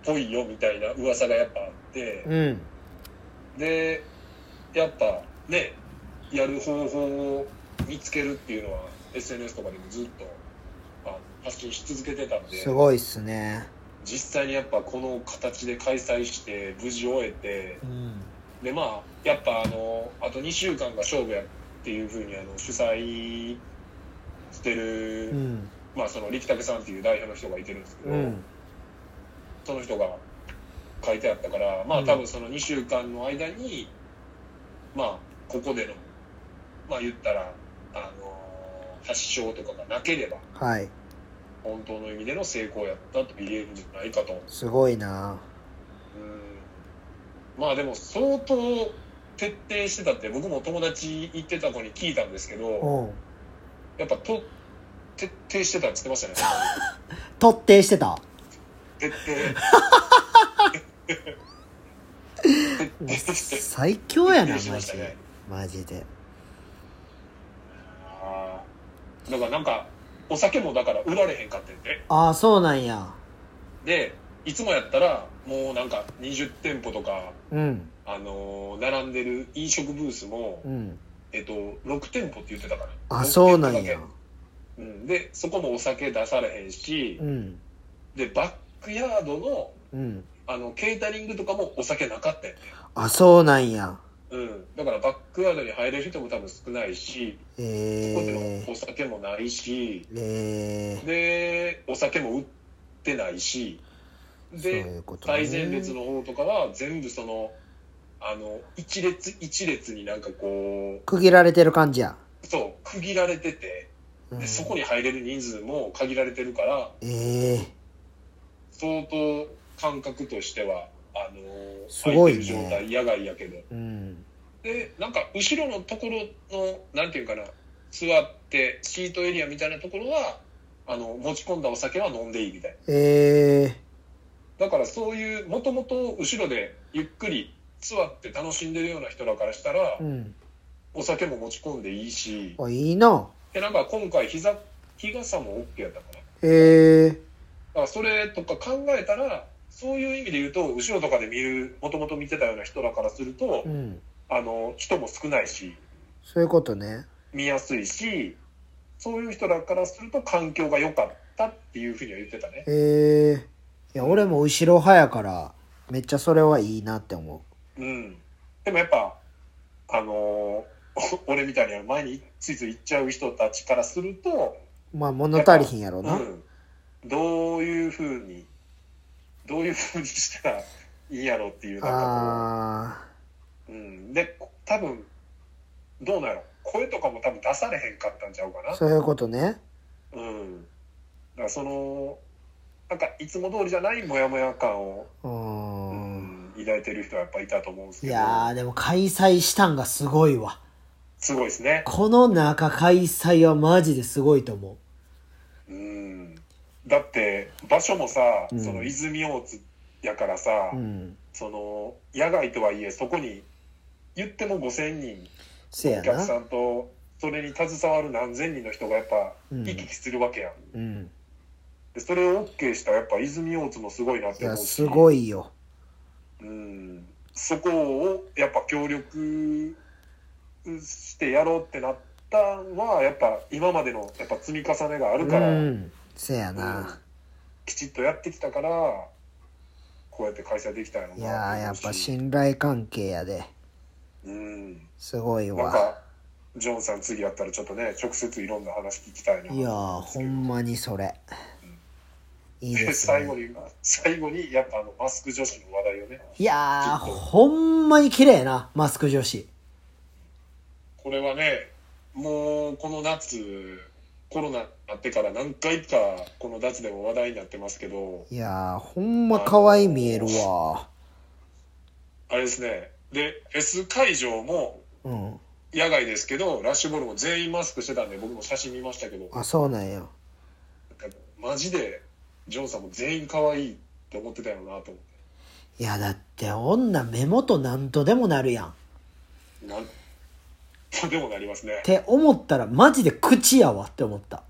[SPEAKER 2] ぽいよみたいな噂がやっぱあって、
[SPEAKER 1] うん。
[SPEAKER 2] でやっぱねやる方法を見つけるっていうのは SNS とかでもずっと、まあ、発信し続けてたん
[SPEAKER 1] す
[SPEAKER 2] で
[SPEAKER 1] ごいっすね。
[SPEAKER 2] 実際にやっぱこの形で開催して無事終えて
[SPEAKER 1] うん。
[SPEAKER 2] でまあやっぱあのあと2週間が勝負やっていうふうにあの主催してる、
[SPEAKER 1] うん。
[SPEAKER 2] まあその力武さんっていう代表の人がいてるんですけど。
[SPEAKER 1] うん。
[SPEAKER 2] その人が書いてあったから、ま
[SPEAKER 1] う
[SPEAKER 2] あ
[SPEAKER 1] ん
[SPEAKER 2] 多分その2週間の間に、まあここでの、まあ言ったら、あのー発症とかがなければ、
[SPEAKER 1] はい。
[SPEAKER 2] 本当の意味での成功やったと言えるんじゃないかと。うん
[SPEAKER 1] すごいな。
[SPEAKER 2] まあでも相当徹底してたって、僕も友達行ってた子に聞いたんですけど、
[SPEAKER 1] うん。
[SPEAKER 2] やっぱと、徹底してたって言ってましたね。
[SPEAKER 1] 突定してた。
[SPEAKER 2] 徹底。徹底して
[SPEAKER 1] 最強やな、
[SPEAKER 2] びっくりし
[SPEAKER 1] マ
[SPEAKER 2] まし
[SPEAKER 1] ジ
[SPEAKER 2] た
[SPEAKER 1] で
[SPEAKER 2] ね。
[SPEAKER 1] マジで。
[SPEAKER 2] あーだからなんかお酒もだから売られへんかってんで
[SPEAKER 1] ああ、そうなんや。
[SPEAKER 2] でいつもやったらもうなんか20店舗とか、
[SPEAKER 1] うん。
[SPEAKER 2] あのー並んでる飲食ブースも、
[SPEAKER 1] うん。
[SPEAKER 2] えっと、6店舗って言ってたから
[SPEAKER 1] あ、そうなん
[SPEAKER 2] 6店
[SPEAKER 1] や
[SPEAKER 2] 舗だ。けうん、でそこもお酒出されへんし、
[SPEAKER 1] うん。
[SPEAKER 2] でバックヤードの
[SPEAKER 1] うん。
[SPEAKER 2] あのケータリングとかもお酒なかったんで、
[SPEAKER 1] あ、そうなんや。
[SPEAKER 2] うん、だからバックヤードに入れる人も多分少ないし、ここ
[SPEAKER 1] え
[SPEAKER 2] でお酒もないし
[SPEAKER 1] ー、えー、
[SPEAKER 2] でお酒も売ってないし
[SPEAKER 1] そう
[SPEAKER 2] で
[SPEAKER 1] いうことね。
[SPEAKER 2] 最前列の方とかは全部そのあの一列一列になんかこ
[SPEAKER 1] 区切られてる感じや。
[SPEAKER 2] うそう区切られてて
[SPEAKER 1] うん
[SPEAKER 2] でそこに入れる人数も限られてるから
[SPEAKER 1] ええ
[SPEAKER 2] 相当感覚としてはあの
[SPEAKER 1] すごいね
[SPEAKER 2] 空てる状態野外やけど
[SPEAKER 1] うん。
[SPEAKER 2] でなんか後ろのところのなんていうかな座ってシートエリアみたいなところはあの持ち込んだお酒は飲んでいいみたいな。
[SPEAKER 1] ええ
[SPEAKER 2] だからそういうもともと後ろでゆっくり座って楽しんでるような人らからしたら、
[SPEAKER 1] うん。
[SPEAKER 2] お酒も持ち込んでいいし
[SPEAKER 1] あ、いいな。
[SPEAKER 2] でなんか今回膝日傘も OK やったかなだ
[SPEAKER 1] ええ
[SPEAKER 2] からそれとか考えたらそういう意味で言うと後ろとかで見るもともと見てたような人らからすると、
[SPEAKER 1] うん。
[SPEAKER 2] あの人も少ないし
[SPEAKER 1] そういうことね。
[SPEAKER 2] 見やすいしそういう人らからすると環境が良かったっていうふうには言ってたね
[SPEAKER 1] ええいや、俺も後ろ派やから、めっちゃそれはいいなって思
[SPEAKER 2] うんでもやっぱあのー 俺みたいに前についつい行っちゃう人たちからすると、
[SPEAKER 1] う。まあ、物足りひんやろ
[SPEAKER 2] う
[SPEAKER 1] な。
[SPEAKER 2] ん、どういうふうにどういうふうにしたらいいやろっていうなんか
[SPEAKER 1] あ
[SPEAKER 2] こう、うん、で多分どうなんやろ声とかも多分出されへんかったんちゃうか
[SPEAKER 1] あ、そういうことね。
[SPEAKER 2] なうんだからそのなんかいつも通りじゃないモヤモヤ感を、
[SPEAKER 1] う。
[SPEAKER 2] うんん、抱いてる人はやっぱいたと思うんです
[SPEAKER 1] い
[SPEAKER 2] けど
[SPEAKER 1] やー、でも開催したんがすごいわ。
[SPEAKER 2] すごいですね
[SPEAKER 1] この中開催はマジですごいと思
[SPEAKER 2] うんだって場所もさ、
[SPEAKER 1] うん
[SPEAKER 2] その泉大津やからさ、
[SPEAKER 1] う。うん。
[SPEAKER 2] その野外とはいえそこに言っても5,000人
[SPEAKER 1] せや
[SPEAKER 2] お客
[SPEAKER 1] な。
[SPEAKER 2] さんとそれに携わる何千人の人がやっぱ
[SPEAKER 1] うん
[SPEAKER 2] 行き来するわけやん、
[SPEAKER 1] うん。
[SPEAKER 2] でそれを OK したやっぱ泉大津もすごいなっ
[SPEAKER 1] い
[SPEAKER 2] て思
[SPEAKER 1] や、
[SPEAKER 2] うし
[SPEAKER 1] すごいよ。
[SPEAKER 2] うん、そこをやっぱ協力してやろうってなったんはやっぱ今までのやっぱ積み重ねがあ
[SPEAKER 1] う
[SPEAKER 2] るから。
[SPEAKER 1] ん。せやな。
[SPEAKER 2] きちっとやってきたからこうやって開催できたんやろ
[SPEAKER 1] いうや
[SPEAKER 2] な
[SPEAKER 1] ーやっぱ
[SPEAKER 2] し
[SPEAKER 1] 信頼関係やで
[SPEAKER 2] うん
[SPEAKER 1] すごい
[SPEAKER 2] なん
[SPEAKER 1] わ
[SPEAKER 2] かジョンさん次やったらちょっとね、直接いろんな話聞きたいな。
[SPEAKER 1] いやーほんまにそれいい
[SPEAKER 2] で
[SPEAKER 1] です
[SPEAKER 2] 最後
[SPEAKER 1] ね
[SPEAKER 2] に、最後に、やっぱあの、マスク女子の話題をね、
[SPEAKER 1] いやーほんまに綺麗なマスク女子
[SPEAKER 2] これはね、もうこの夏、コロナになってから何回か、この夏でも話題になってますけど、
[SPEAKER 1] いやーほんま可愛い見えるわ
[SPEAKER 2] あれですね、で、S 会場も
[SPEAKER 1] うん
[SPEAKER 2] 野外ですけど、ラッシュボールも全員マスクしてたんで、僕も写真見ましたけど、
[SPEAKER 1] あそうなんや
[SPEAKER 2] なんかマジで、ジョンさんも全員可愛いって思ってたよなと思っ。
[SPEAKER 1] いやだって女目元なんとでもなるやんって
[SPEAKER 2] なんと でもなりますね。
[SPEAKER 1] て思ったらマジで口やわって思った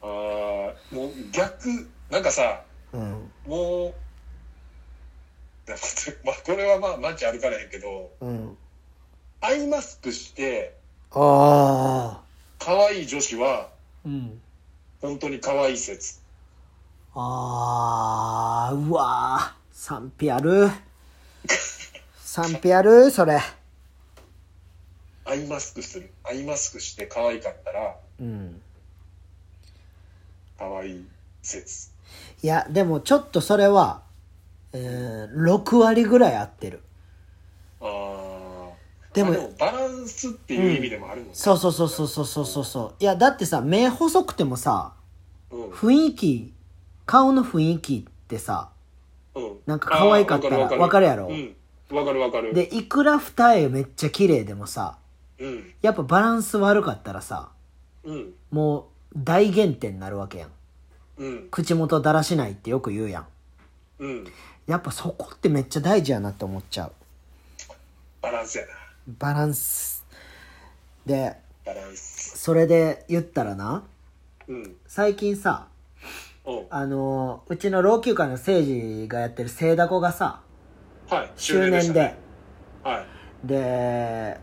[SPEAKER 2] あーもう逆、なんかさ、
[SPEAKER 1] うん
[SPEAKER 2] もう、なんか まあ、これはまあ、街歩かれへんけど、
[SPEAKER 1] うん
[SPEAKER 2] アイマスクして、
[SPEAKER 1] ああ
[SPEAKER 2] 可愛い女子は、
[SPEAKER 1] うん
[SPEAKER 2] 本当に可愛い説。
[SPEAKER 1] あーうわー賛否ある賛否あるそれ
[SPEAKER 2] アイマスクする。アイマスクして可愛かったら、
[SPEAKER 1] うん
[SPEAKER 2] 可愛い説。
[SPEAKER 1] いやでもちょっとそれは、えー、6割ぐらい合ってる
[SPEAKER 2] あー
[SPEAKER 1] でも
[SPEAKER 2] まあでもバランスっていう意味でもあるのね
[SPEAKER 1] そうそうそうそうそうそうそうそういやだってさ目細くてもさ
[SPEAKER 2] うん。うん。
[SPEAKER 1] 雰囲気顔の雰囲気ってさなんか可愛かったら
[SPEAKER 2] あー
[SPEAKER 1] わかるやろ
[SPEAKER 2] うん。わかるわかる。
[SPEAKER 1] でいくら二重めっちゃ綺麗でもさ
[SPEAKER 2] うん。
[SPEAKER 1] やっぱバランス悪かったらさ
[SPEAKER 2] うん。
[SPEAKER 1] もう大減点になるわけやん
[SPEAKER 2] うん。
[SPEAKER 1] 口元だらしないってよく言うやん
[SPEAKER 2] うん。
[SPEAKER 1] やっぱそこってめっちゃ大事やなって思っちゃう
[SPEAKER 2] バランスやな。
[SPEAKER 1] バランスで
[SPEAKER 2] バランス。
[SPEAKER 1] それで言ったらな
[SPEAKER 2] うん。
[SPEAKER 1] 最近さ
[SPEAKER 2] うん。
[SPEAKER 1] あのうちの老朽化の誠治がやってる聖ダコがさ
[SPEAKER 2] はい。
[SPEAKER 1] 周
[SPEAKER 2] で
[SPEAKER 1] 年
[SPEAKER 2] し
[SPEAKER 1] で
[SPEAKER 2] たね。はい。
[SPEAKER 1] で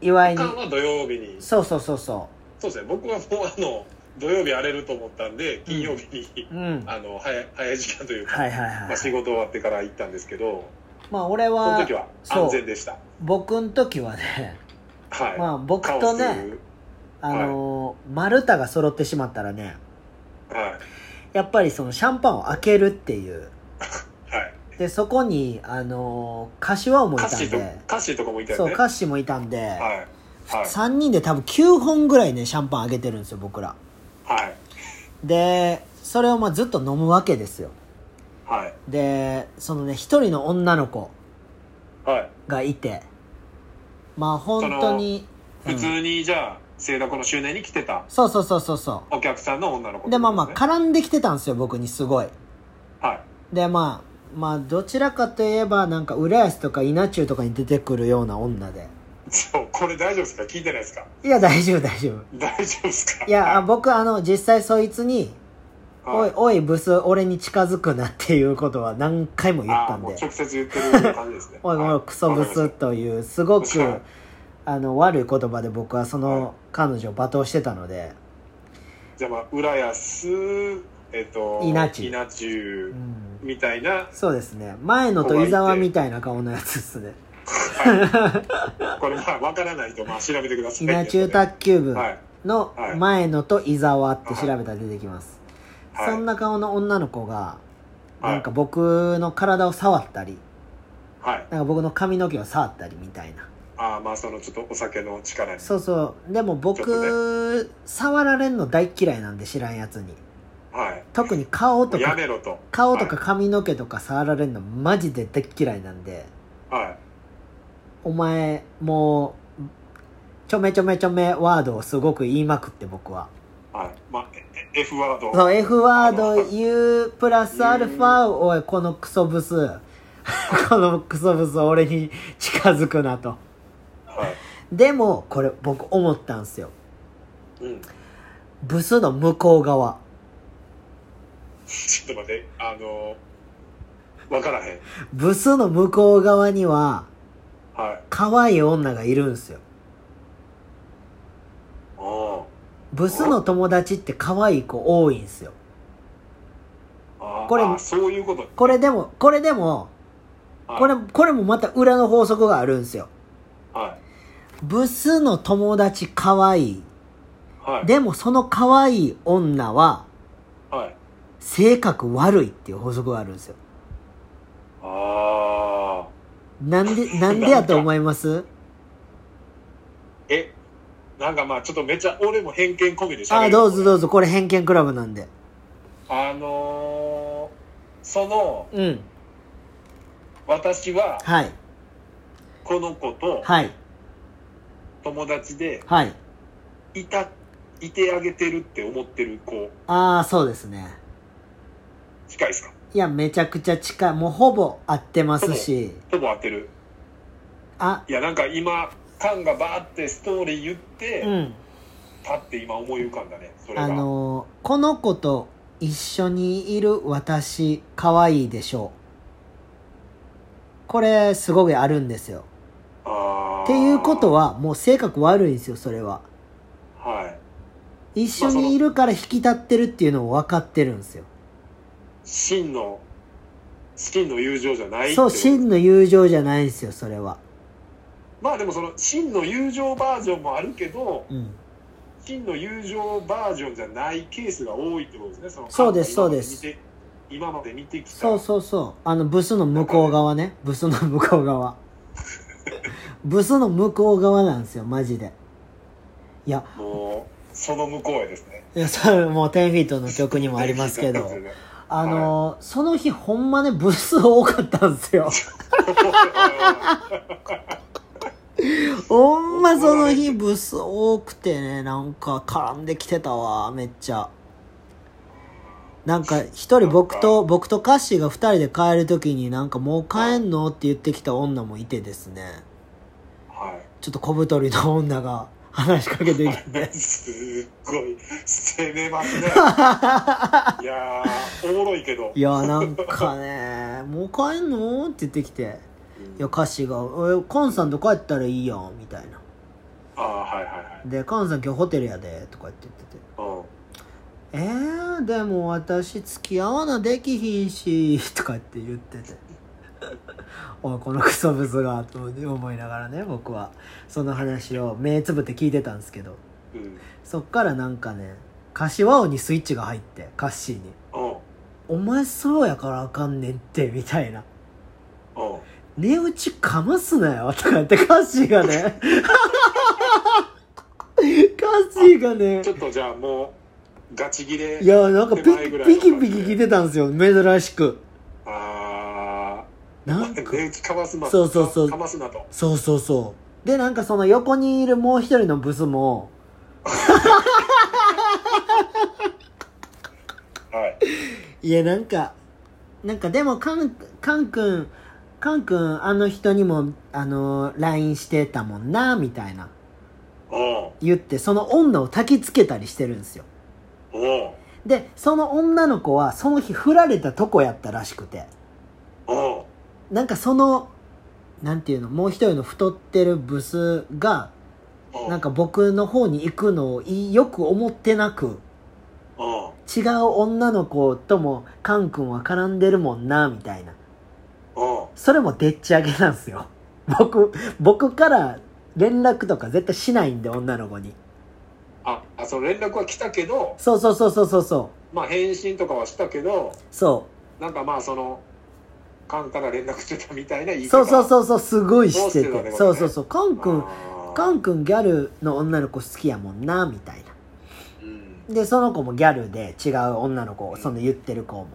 [SPEAKER 1] 祝いに
[SPEAKER 2] 間は土曜日に
[SPEAKER 1] そうそうそうそ
[SPEAKER 2] そうですね僕はもうあの土曜日荒れると思ったんで金曜日に、
[SPEAKER 1] ううん
[SPEAKER 2] あの早い早い時間というか、
[SPEAKER 1] はいはい
[SPEAKER 2] ま
[SPEAKER 1] は
[SPEAKER 2] あ、
[SPEAKER 1] い
[SPEAKER 2] 仕事終わってから行ったんですけど
[SPEAKER 1] まあ俺
[SPEAKER 2] その
[SPEAKER 1] は
[SPEAKER 2] 時は
[SPEAKER 1] そう
[SPEAKER 2] 安全でした
[SPEAKER 1] 僕ん時はね
[SPEAKER 2] はい、
[SPEAKER 1] まあ僕
[SPEAKER 2] カオ
[SPEAKER 1] と
[SPEAKER 2] ス
[SPEAKER 1] ねあのー丸太が揃ってしまったらね
[SPEAKER 2] は
[SPEAKER 1] やっぱりそのシャンパンを開けるっていう
[SPEAKER 2] いはい
[SPEAKER 1] でそこにあのー柏もい
[SPEAKER 2] 歌
[SPEAKER 1] たん
[SPEAKER 2] 詞と
[SPEAKER 1] で
[SPEAKER 2] 歌詞とかもいた
[SPEAKER 1] そ
[SPEAKER 2] よ
[SPEAKER 1] う
[SPEAKER 2] ね
[SPEAKER 1] カッシーもいたんで、
[SPEAKER 2] はいはい
[SPEAKER 1] 3人で多分9本ぐらいねシャンパンあげてるんですよ僕ら
[SPEAKER 2] はい
[SPEAKER 1] でそれをまあずっと飲むわけですよ
[SPEAKER 2] はい
[SPEAKER 1] でそのね一人の女の子
[SPEAKER 2] はい
[SPEAKER 1] がいてまあ本当にう
[SPEAKER 2] 普
[SPEAKER 1] ん
[SPEAKER 2] 通にじゃあ聖子の周年に来てた
[SPEAKER 1] そうそうそうそうそ
[SPEAKER 2] お客さんの女の子
[SPEAKER 1] う
[SPEAKER 2] ってことすね
[SPEAKER 1] でまあまあ絡んできてたんですよ僕にすごい
[SPEAKER 2] はい
[SPEAKER 1] でまあまあどちらかといえばなんか浦安とか稲中とかに出てくるような女で
[SPEAKER 2] そうこれ大丈夫ですか聞いてないですか
[SPEAKER 1] いや大丈夫大丈夫
[SPEAKER 2] 大丈夫ですか
[SPEAKER 1] いやあ僕あの実際そいつに「
[SPEAKER 2] は
[SPEAKER 1] おいおいブス俺に近づくな」っていうことは何回も言っ
[SPEAKER 2] あ
[SPEAKER 1] た
[SPEAKER 2] あ
[SPEAKER 1] ん
[SPEAKER 2] もう
[SPEAKER 1] で
[SPEAKER 2] 直接言ってる感じですね
[SPEAKER 1] 「 おいおいクソブス」というすごく
[SPEAKER 2] はい
[SPEAKER 1] あの悪い言葉で僕はそ
[SPEAKER 2] はい
[SPEAKER 1] の彼女を罵倒してたので、
[SPEAKER 2] じゃあまあ浦安えっ、と
[SPEAKER 1] 稲中
[SPEAKER 2] 稲
[SPEAKER 1] う
[SPEAKER 2] 中
[SPEAKER 1] ん、
[SPEAKER 2] みたいな、
[SPEAKER 1] そうですね前野と伊沢みたいな顔のやつですね
[SPEAKER 2] これまあわからないとまあ調べてください
[SPEAKER 1] 稲中卓球部
[SPEAKER 2] はい
[SPEAKER 1] の
[SPEAKER 2] はい
[SPEAKER 1] 前野と伊沢って調べたら出てきます、
[SPEAKER 2] はい
[SPEAKER 1] そんな顔の女の子が
[SPEAKER 2] はい
[SPEAKER 1] なんか僕の体を触ったり
[SPEAKER 2] はい
[SPEAKER 1] なんか僕の髪の毛を触ったりみたいな
[SPEAKER 2] ああまあそのちょっとお酒の力に
[SPEAKER 1] そうそうでも
[SPEAKER 2] ちょっ
[SPEAKER 1] 僕、触られんの大嫌いなんで知らんやつに
[SPEAKER 2] はい
[SPEAKER 1] 特に顔
[SPEAKER 2] も
[SPEAKER 1] と
[SPEAKER 2] うや
[SPEAKER 1] か
[SPEAKER 2] めろと
[SPEAKER 1] 顔とか髪の毛とか触られんのマジで大嫌いなんで
[SPEAKER 2] はい、はい
[SPEAKER 1] お前もうちょめちょめちょめワードをすごく言いまくって僕は
[SPEAKER 2] はいまあええ F ワード
[SPEAKER 1] そう F ワード U プラスアルファおいこのクソブス このクソブス俺に近づくなと
[SPEAKER 2] はい
[SPEAKER 1] でもこれ僕思ったんすよ
[SPEAKER 2] うん、
[SPEAKER 1] ブスの向こう側
[SPEAKER 2] ちょっと待ってあのわからへん
[SPEAKER 1] ブスの向こう側には
[SPEAKER 2] はい
[SPEAKER 1] 可愛い女がいるんすよ
[SPEAKER 2] あ
[SPEAKER 1] ブスの友達って可愛い子多いんすよ
[SPEAKER 2] あ
[SPEAKER 1] これ
[SPEAKER 2] あそういうこと
[SPEAKER 1] これでもこれでも
[SPEAKER 2] はい
[SPEAKER 1] これこれもまた裏の法則があるんすよ
[SPEAKER 2] は
[SPEAKER 1] ブスの友達可愛い。
[SPEAKER 2] はい。
[SPEAKER 1] でもその可愛い女は
[SPEAKER 2] はい。
[SPEAKER 1] 性格悪いっていう法則があるんですよ。
[SPEAKER 2] ああ。
[SPEAKER 1] なん で、なんでやと思います
[SPEAKER 2] え、なんかまあちょっとめっちゃ俺も偏見込みでし
[SPEAKER 1] ああ、どうぞど
[SPEAKER 2] うぞ。
[SPEAKER 1] うぞ。これ偏見クラブなんで。
[SPEAKER 2] あのー、その、
[SPEAKER 1] うん。
[SPEAKER 2] 私は
[SPEAKER 1] はい。
[SPEAKER 2] この子と
[SPEAKER 1] はい。
[SPEAKER 2] 友達で
[SPEAKER 1] はい。
[SPEAKER 2] いた、いてあげてるって思ってる子、
[SPEAKER 1] ああ、そうですね。
[SPEAKER 2] 近いですか
[SPEAKER 1] いや、めちゃくちゃ近い。もうほぼ合ってますし。
[SPEAKER 2] ほぼ当てる。
[SPEAKER 1] あ、
[SPEAKER 2] いや、なんか今、カンがバーってストーリー言って、
[SPEAKER 1] うん。
[SPEAKER 2] パって今思い浮かんだね、それが。
[SPEAKER 1] あのーこの子と一緒にいる私、可愛いでしょう。これ、すごいあるんですよ。
[SPEAKER 2] あー
[SPEAKER 1] っていうことは、もう性格悪いんですよ、それは。
[SPEAKER 2] はい。
[SPEAKER 1] 一緒にいるから引き立ってるっていうのを分かってるんですよ。
[SPEAKER 2] 真の、真の友情じゃないって
[SPEAKER 1] そ
[SPEAKER 2] こ
[SPEAKER 1] う、
[SPEAKER 2] と
[SPEAKER 1] 真の友情じゃないんですよ、それは。
[SPEAKER 2] まあでもその、真の友情バージョンもあるけど、
[SPEAKER 1] うん。
[SPEAKER 2] 真の友情バージョンじゃないケースが多いってことですね、その。
[SPEAKER 1] そうです
[SPEAKER 2] カンが
[SPEAKER 1] そうです
[SPEAKER 2] 今ま見て。今まで見てきた。
[SPEAKER 1] そうそうそう。あの、ブスの向こう側ね。ブスの向こう側。ブスの向こう側なんですよ、マジで。いや、
[SPEAKER 2] もう、その向こうへですね。
[SPEAKER 1] いやそれもう10フィートの曲にもあります けど
[SPEAKER 2] そう。ですね
[SPEAKER 1] あの、その日ほんまね、ブス多かったんですよ。ほんまその日ブス多くてね、なんか絡んできてたわ、めっちゃ。なんか一人僕と、僕とカッシーが二人で帰るときになんかもう帰んのって言ってきた女もいてですね。
[SPEAKER 2] は
[SPEAKER 1] ちょっと小太りの女が話しかけてき て。
[SPEAKER 2] い。すっごい、攻めますね。いやー、おもろいけど。
[SPEAKER 1] いや、なんかね、もう帰んのって言ってきて。いや、歌詞が、え、カンさんと帰ったらいいやん、みたいな。
[SPEAKER 2] ああ、はいはいはい。
[SPEAKER 1] で、カンさん今日ホテルやで、とか言って言ってて。
[SPEAKER 2] うん。
[SPEAKER 1] えー、でも私付き合わなできひんし、 とかって言って て。おい、このクソブスが、と思いながらね、僕は。その話を目つぶって聞いてたんですけど。
[SPEAKER 2] うん。
[SPEAKER 1] そっからなんかね、柏尾にスイッチが入って、カッシーに。
[SPEAKER 2] うん。
[SPEAKER 1] お前そうやからあかんねんって、みたいな。
[SPEAKER 2] うん。
[SPEAKER 1] 値打ちかますなよとかってカッシーが ねカッシーがね
[SPEAKER 2] ちょっとじゃあもう、ガチ切れ。
[SPEAKER 1] いやなんかピ
[SPEAKER 2] 手前ぐらい
[SPEAKER 1] ピ
[SPEAKER 2] の
[SPEAKER 1] キピキ来てたんですよ珍しく
[SPEAKER 2] ああ。
[SPEAKER 1] なんか
[SPEAKER 2] 電気かますな。
[SPEAKER 1] そうそうそう
[SPEAKER 2] かますなと。
[SPEAKER 1] そうそうそうでなんかその横にいるもう一人のブスも
[SPEAKER 2] はい。
[SPEAKER 1] いやなんかなんかでもカンカン君カン君あの人にもあの LINE してたもんなみたいな
[SPEAKER 2] おう
[SPEAKER 1] 言ってその女を焚きつけたりしてるんですよ
[SPEAKER 2] おう
[SPEAKER 1] でその女の子はその日振られたとこやったらしくて
[SPEAKER 2] おう
[SPEAKER 1] なんかそのなんていうのもう一人の太ってるブスが
[SPEAKER 2] おう
[SPEAKER 1] なんか僕の方に行くのをいよく思ってなく
[SPEAKER 2] おう
[SPEAKER 1] 違う女の子ともカン君は絡んでるもんなみたいな
[SPEAKER 2] おう
[SPEAKER 1] それもでっち上げなんですよ 僕僕から連絡とか絶対しないんで女の子に
[SPEAKER 2] あ、あ、その連絡は来たけど、
[SPEAKER 1] そうそうそうそうそうそ
[SPEAKER 2] まあ返信とかはしたけど、
[SPEAKER 1] うそ
[SPEAKER 2] なんかまあその、カンから連絡してたみたいな言いう方
[SPEAKER 1] そうそうそうそうすごいしてて
[SPEAKER 2] どうしてたのね
[SPEAKER 1] そうそうそうカン君
[SPEAKER 2] あー
[SPEAKER 1] カン君ギャルの女の子好きやもんなみたいな
[SPEAKER 2] うん。
[SPEAKER 1] でその子もギャルで違う女の子をその言ってる子も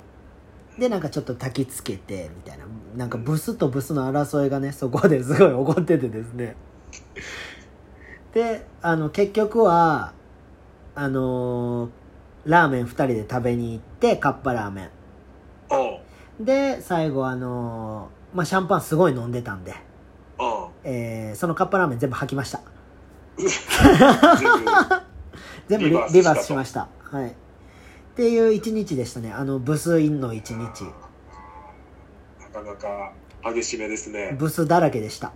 [SPEAKER 1] でなんかちょっと焚きつけてみたいななんかブスとブスの争いがねそこですごい怒っててですねであの結局はあのーラーメン2人で食べに行ってカッパラーメ
[SPEAKER 2] おう
[SPEAKER 1] ンで最後あのーまあシャンパンすごい飲んでたんで、
[SPEAKER 2] おう
[SPEAKER 1] えーそのカッパラーメン全部吐きました
[SPEAKER 2] 全部
[SPEAKER 1] 全部リ
[SPEAKER 2] リ
[SPEAKER 1] リ
[SPEAKER 2] バ
[SPEAKER 1] バ
[SPEAKER 2] ース
[SPEAKER 1] ースしましたはいっていう一日でしたねあのブスインの一日
[SPEAKER 2] なかなか激しめですね。
[SPEAKER 1] ブスだらけでした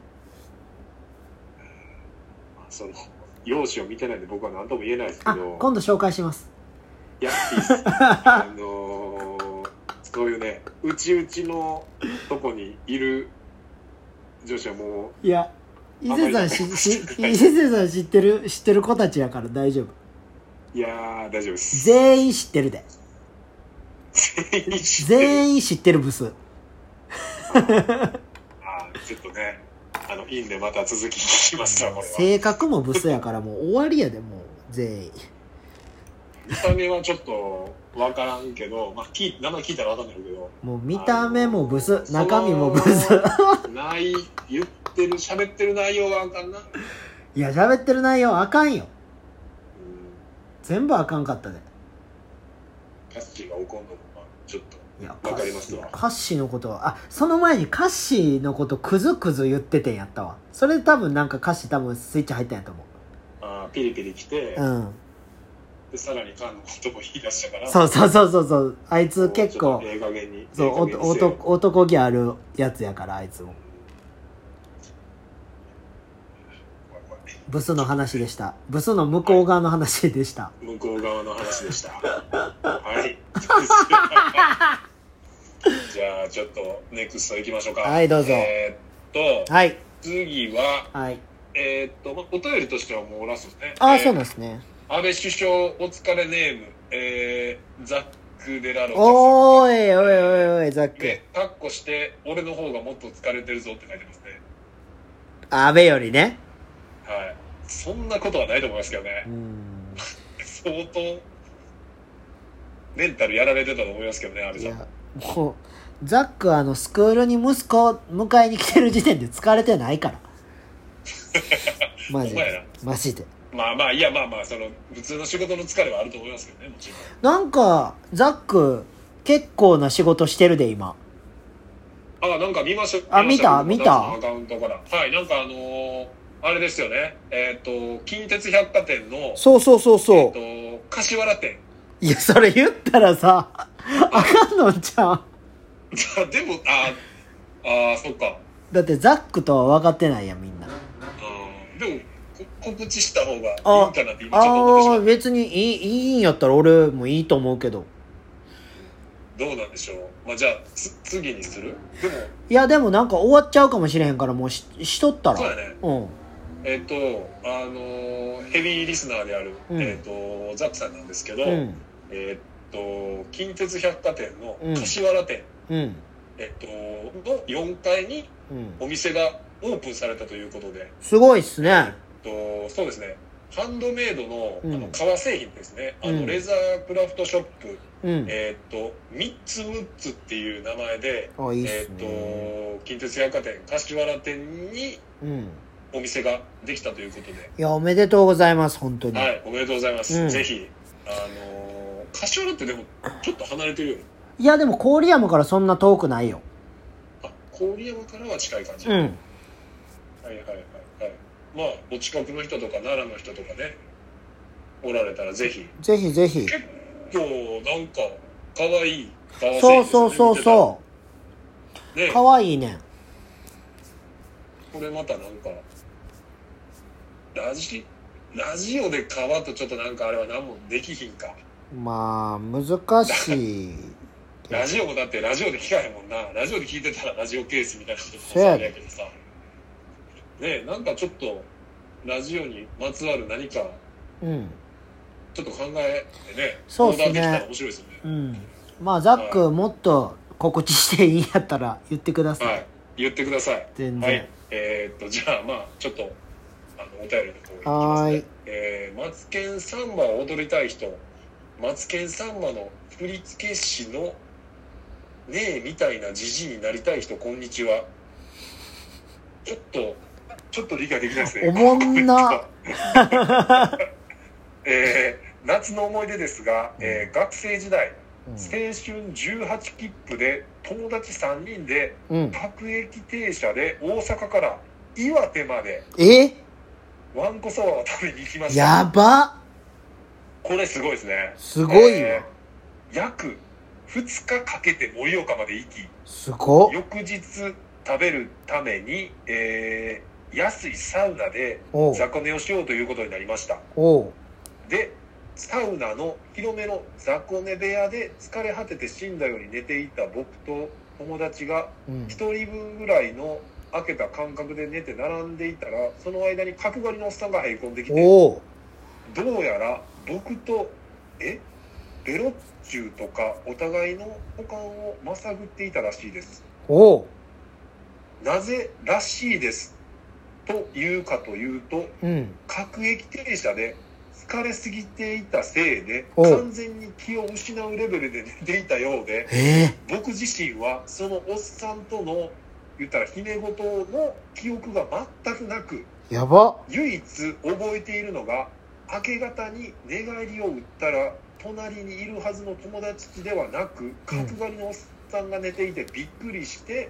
[SPEAKER 2] その、容姿を見てないんで僕は何とも言えないですけ
[SPEAKER 1] あ
[SPEAKER 2] ど、
[SPEAKER 1] 今度紹介します
[SPEAKER 2] いや、いいっす。あのーそういうね、うちうちのとこにいる女子はも
[SPEAKER 1] いや伊勢さんしし伊勢さん知ってる知ってる子たちやから大丈夫
[SPEAKER 2] いやー、大丈夫です。
[SPEAKER 1] 全員知ってるで
[SPEAKER 2] 全員知ってる
[SPEAKER 1] 全員知ってるブス
[SPEAKER 2] あーちょっとね、あの、いいんでまた続き聞きますわ、これは。
[SPEAKER 1] 性格もブスやからもう終わりやでもう全員
[SPEAKER 2] 見た目はちょっとわからんけど、まあ、聞い名前聞いたらわかんないけど、
[SPEAKER 1] もう見た目もブス中身もブ
[SPEAKER 2] そ
[SPEAKER 1] ス
[SPEAKER 2] の。ない、言ってる、喋ってる内容があかんな。うん
[SPEAKER 1] いや喋ってる内容あかんよ全部あかんかったで
[SPEAKER 2] カッシーが怒るのも、まあ、ちょっと。
[SPEAKER 1] いや
[SPEAKER 2] わかりますわ
[SPEAKER 1] カッシーカッシーのことはあその前にカッシーのことクズクズ言っててんやったわそれ多分なんかカッシー多分スイッチ入ったんやと思
[SPEAKER 2] あーピリピリ来て、
[SPEAKER 1] ううん
[SPEAKER 2] でさらにカンのことも言い出したから、
[SPEAKER 1] そうそうそうそうそうあいつ結
[SPEAKER 2] も
[SPEAKER 1] 構
[SPEAKER 2] うちょっとええ加減に。
[SPEAKER 1] そうお
[SPEAKER 2] ええ加減
[SPEAKER 1] と
[SPEAKER 2] にせよ
[SPEAKER 1] 男男気あるやつやからあいつも
[SPEAKER 2] 怖い怖い
[SPEAKER 1] ブスの話でしたブスの向こう側の話でした
[SPEAKER 2] 向こう側の話 でした。はい。 じゃあちょっとネクスト行きましょうか。
[SPEAKER 1] はいどうぞ
[SPEAKER 2] えーっと、
[SPEAKER 1] はい
[SPEAKER 2] 次は、
[SPEAKER 1] はい
[SPEAKER 2] えーっと、まお便りとしてはもうラストですね。
[SPEAKER 1] ああ
[SPEAKER 2] えー
[SPEAKER 1] そうなんですね
[SPEAKER 2] 安倍首相お疲れネーム、えー、ザック・デラロ
[SPEAKER 1] おーいおいおいおいザッ
[SPEAKER 2] ー
[SPEAKER 1] ク
[SPEAKER 2] で、カッコして、俺の方がもっと疲れてるぞって書いてますね。
[SPEAKER 1] 安倍よりね
[SPEAKER 2] はい。そんなことはないと思いますけどね
[SPEAKER 1] う。ん
[SPEAKER 2] 相当、メンタルやられてたと思いますけどね、安倍
[SPEAKER 1] い
[SPEAKER 2] さん。
[SPEAKER 1] やもうザックはあのスクールに息子を迎えに来てる時点で疲れてない からマジ
[SPEAKER 2] ほんまや
[SPEAKER 1] でマジで
[SPEAKER 2] まあまあ、いや、まあまあ、その、普通の仕事の疲れはあると思いますけどね、もちろん。
[SPEAKER 1] なんかザック結構な仕事してるで今
[SPEAKER 2] あ、なんか見ましょう。
[SPEAKER 1] あ見
[SPEAKER 2] 見
[SPEAKER 1] た
[SPEAKER 2] ましょう僕のアカウントから。はい、なんかあのーあれですよね。えっ、と、近鉄百貨店の、
[SPEAKER 1] そうそうそうそう、
[SPEAKER 2] えっ、と、柏原店。
[SPEAKER 1] いや、それ言ったらさ、あかんのじゃん。
[SPEAKER 2] あでも、あ、あ、そっか。
[SPEAKER 1] だってザックとは分かってないやん、みんな。
[SPEAKER 2] うん。でも、こ告知した方がいい
[SPEAKER 1] あ
[SPEAKER 2] かなって今ちょっと思ってし
[SPEAKER 1] あ
[SPEAKER 2] ま
[SPEAKER 1] あ、
[SPEAKER 2] う。
[SPEAKER 1] 別にいい、いいんやったら俺もいいと思うけど。
[SPEAKER 2] どうなんでしょう。まあじゃあ、つ次にするでも、
[SPEAKER 1] いや、でもなんか終わっちゃうかもしれへんから、もうししとったら。
[SPEAKER 2] そうだね。
[SPEAKER 1] うん。
[SPEAKER 2] えっ、と、あのーヘビーリスナーである、
[SPEAKER 1] うん
[SPEAKER 2] えっ、と、ザックさんなんですけど、
[SPEAKER 1] うん。
[SPEAKER 2] えーっと近鉄百貨店の
[SPEAKER 1] うん
[SPEAKER 2] 柏原店、
[SPEAKER 1] うん。
[SPEAKER 2] えっとの4階に
[SPEAKER 1] うん。
[SPEAKER 2] お店がオープンされたということで、
[SPEAKER 1] すごいっすね。
[SPEAKER 2] えっとそうですねハンドメイドの,、
[SPEAKER 1] うん
[SPEAKER 2] あの革製品ですねあの、
[SPEAKER 1] うん
[SPEAKER 2] レザークラフトショップ、
[SPEAKER 1] うん。
[SPEAKER 2] えっとミッツムッツっていう名前で、
[SPEAKER 1] あ、いいっ
[SPEAKER 2] え
[SPEAKER 1] す
[SPEAKER 2] っ
[SPEAKER 1] ね。
[SPEAKER 2] と近鉄百貨店柏原店に
[SPEAKER 1] うん。
[SPEAKER 2] お店ができたということで、
[SPEAKER 1] いや、おめでとうございます、本当に。
[SPEAKER 2] はいおめでとうございます、
[SPEAKER 1] うん
[SPEAKER 2] ぜひあの柏原ってでもちょっと離れてるよね
[SPEAKER 1] いや、でも郡山からそんな遠くないよ。
[SPEAKER 2] あ郡山からは近い感じ、
[SPEAKER 1] うん。
[SPEAKER 2] はいはいはいはいまあお近くの人とか奈良の人とかねおられたらぜひ
[SPEAKER 1] ぜひぜひ。
[SPEAKER 2] 結今日なんか可愛い可愛い
[SPEAKER 1] そうそうそうそう
[SPEAKER 2] ね
[SPEAKER 1] う。かわいいねん。
[SPEAKER 2] これまたなんかラジラジオで川とちょっとなんかあれは何もできひんか
[SPEAKER 1] まあ難しい
[SPEAKER 2] ラジオもだってラジオで聞かへんもんなラジオで聞いてたらラジオケースみたいなこと
[SPEAKER 1] そうやで
[SPEAKER 2] やけどさねえなんかちょっとラジオにまつわる何か
[SPEAKER 1] うん、
[SPEAKER 2] ちょっと考えてね
[SPEAKER 1] そうっすね
[SPEAKER 2] 相談できたら面白いですよね
[SPEAKER 1] うん、まあザックもっと告知していいんやったら言ってください、
[SPEAKER 2] はい、言ってください。
[SPEAKER 1] 全
[SPEAKER 2] は
[SPEAKER 1] 然、
[SPEAKER 2] い、えーっと、じゃあ、まあ、ちょっと、あの、お便りの方に行き
[SPEAKER 1] は
[SPEAKER 2] ます
[SPEAKER 1] ーい
[SPEAKER 2] ね。えー、マツケンサンバを踊りたい人、マツケンサンバの振付師の、ねえ、みたいなじじいになりたい人、こんにちは。ちょっと、ちょっと理解できないですね。
[SPEAKER 1] おもんな
[SPEAKER 2] えー、夏の思い出ですが、えー、学生時代、青春18切符で友達3人で
[SPEAKER 1] うん、うん、
[SPEAKER 2] 各駅停車で大阪から岩手まで
[SPEAKER 1] え
[SPEAKER 2] わんこそばを食べに行きました
[SPEAKER 1] やば
[SPEAKER 2] これすごいですね
[SPEAKER 1] すごいわ、
[SPEAKER 2] えー約2日かけて盛岡まで行き
[SPEAKER 1] すごっ
[SPEAKER 2] 翌日食べるために、えー安いサウナで
[SPEAKER 1] おう
[SPEAKER 2] 雑魚寝をしようということになりました
[SPEAKER 1] おう
[SPEAKER 2] でサウナの広めの雑魚寝部屋で疲れ果てて死んだように寝ていた僕と友達が
[SPEAKER 1] うん
[SPEAKER 2] 1人分ぐらいの開けた感覚で寝て並んでいたらその間に角刈りのおっさんがへり込んできて
[SPEAKER 1] おお
[SPEAKER 2] どうやら僕とえベロッチュとかお互いの股間をまさぐっていたらしいです
[SPEAKER 1] おお
[SPEAKER 2] なぜらしいですというかというと
[SPEAKER 1] うん
[SPEAKER 2] 各駅停車で疲れすぎていたせいで
[SPEAKER 1] おう
[SPEAKER 2] 完全に気を失うレベルで寝ていたようで
[SPEAKER 1] ええ
[SPEAKER 2] 僕自身はそのおっさんとの言ったらひめ事の記憶が全くなく
[SPEAKER 1] やば
[SPEAKER 2] 唯一覚えているのが明け方に寝返りを打ったら隣にいるはずの友達ではなく角刈りのおっさんが寝ていてびっくりして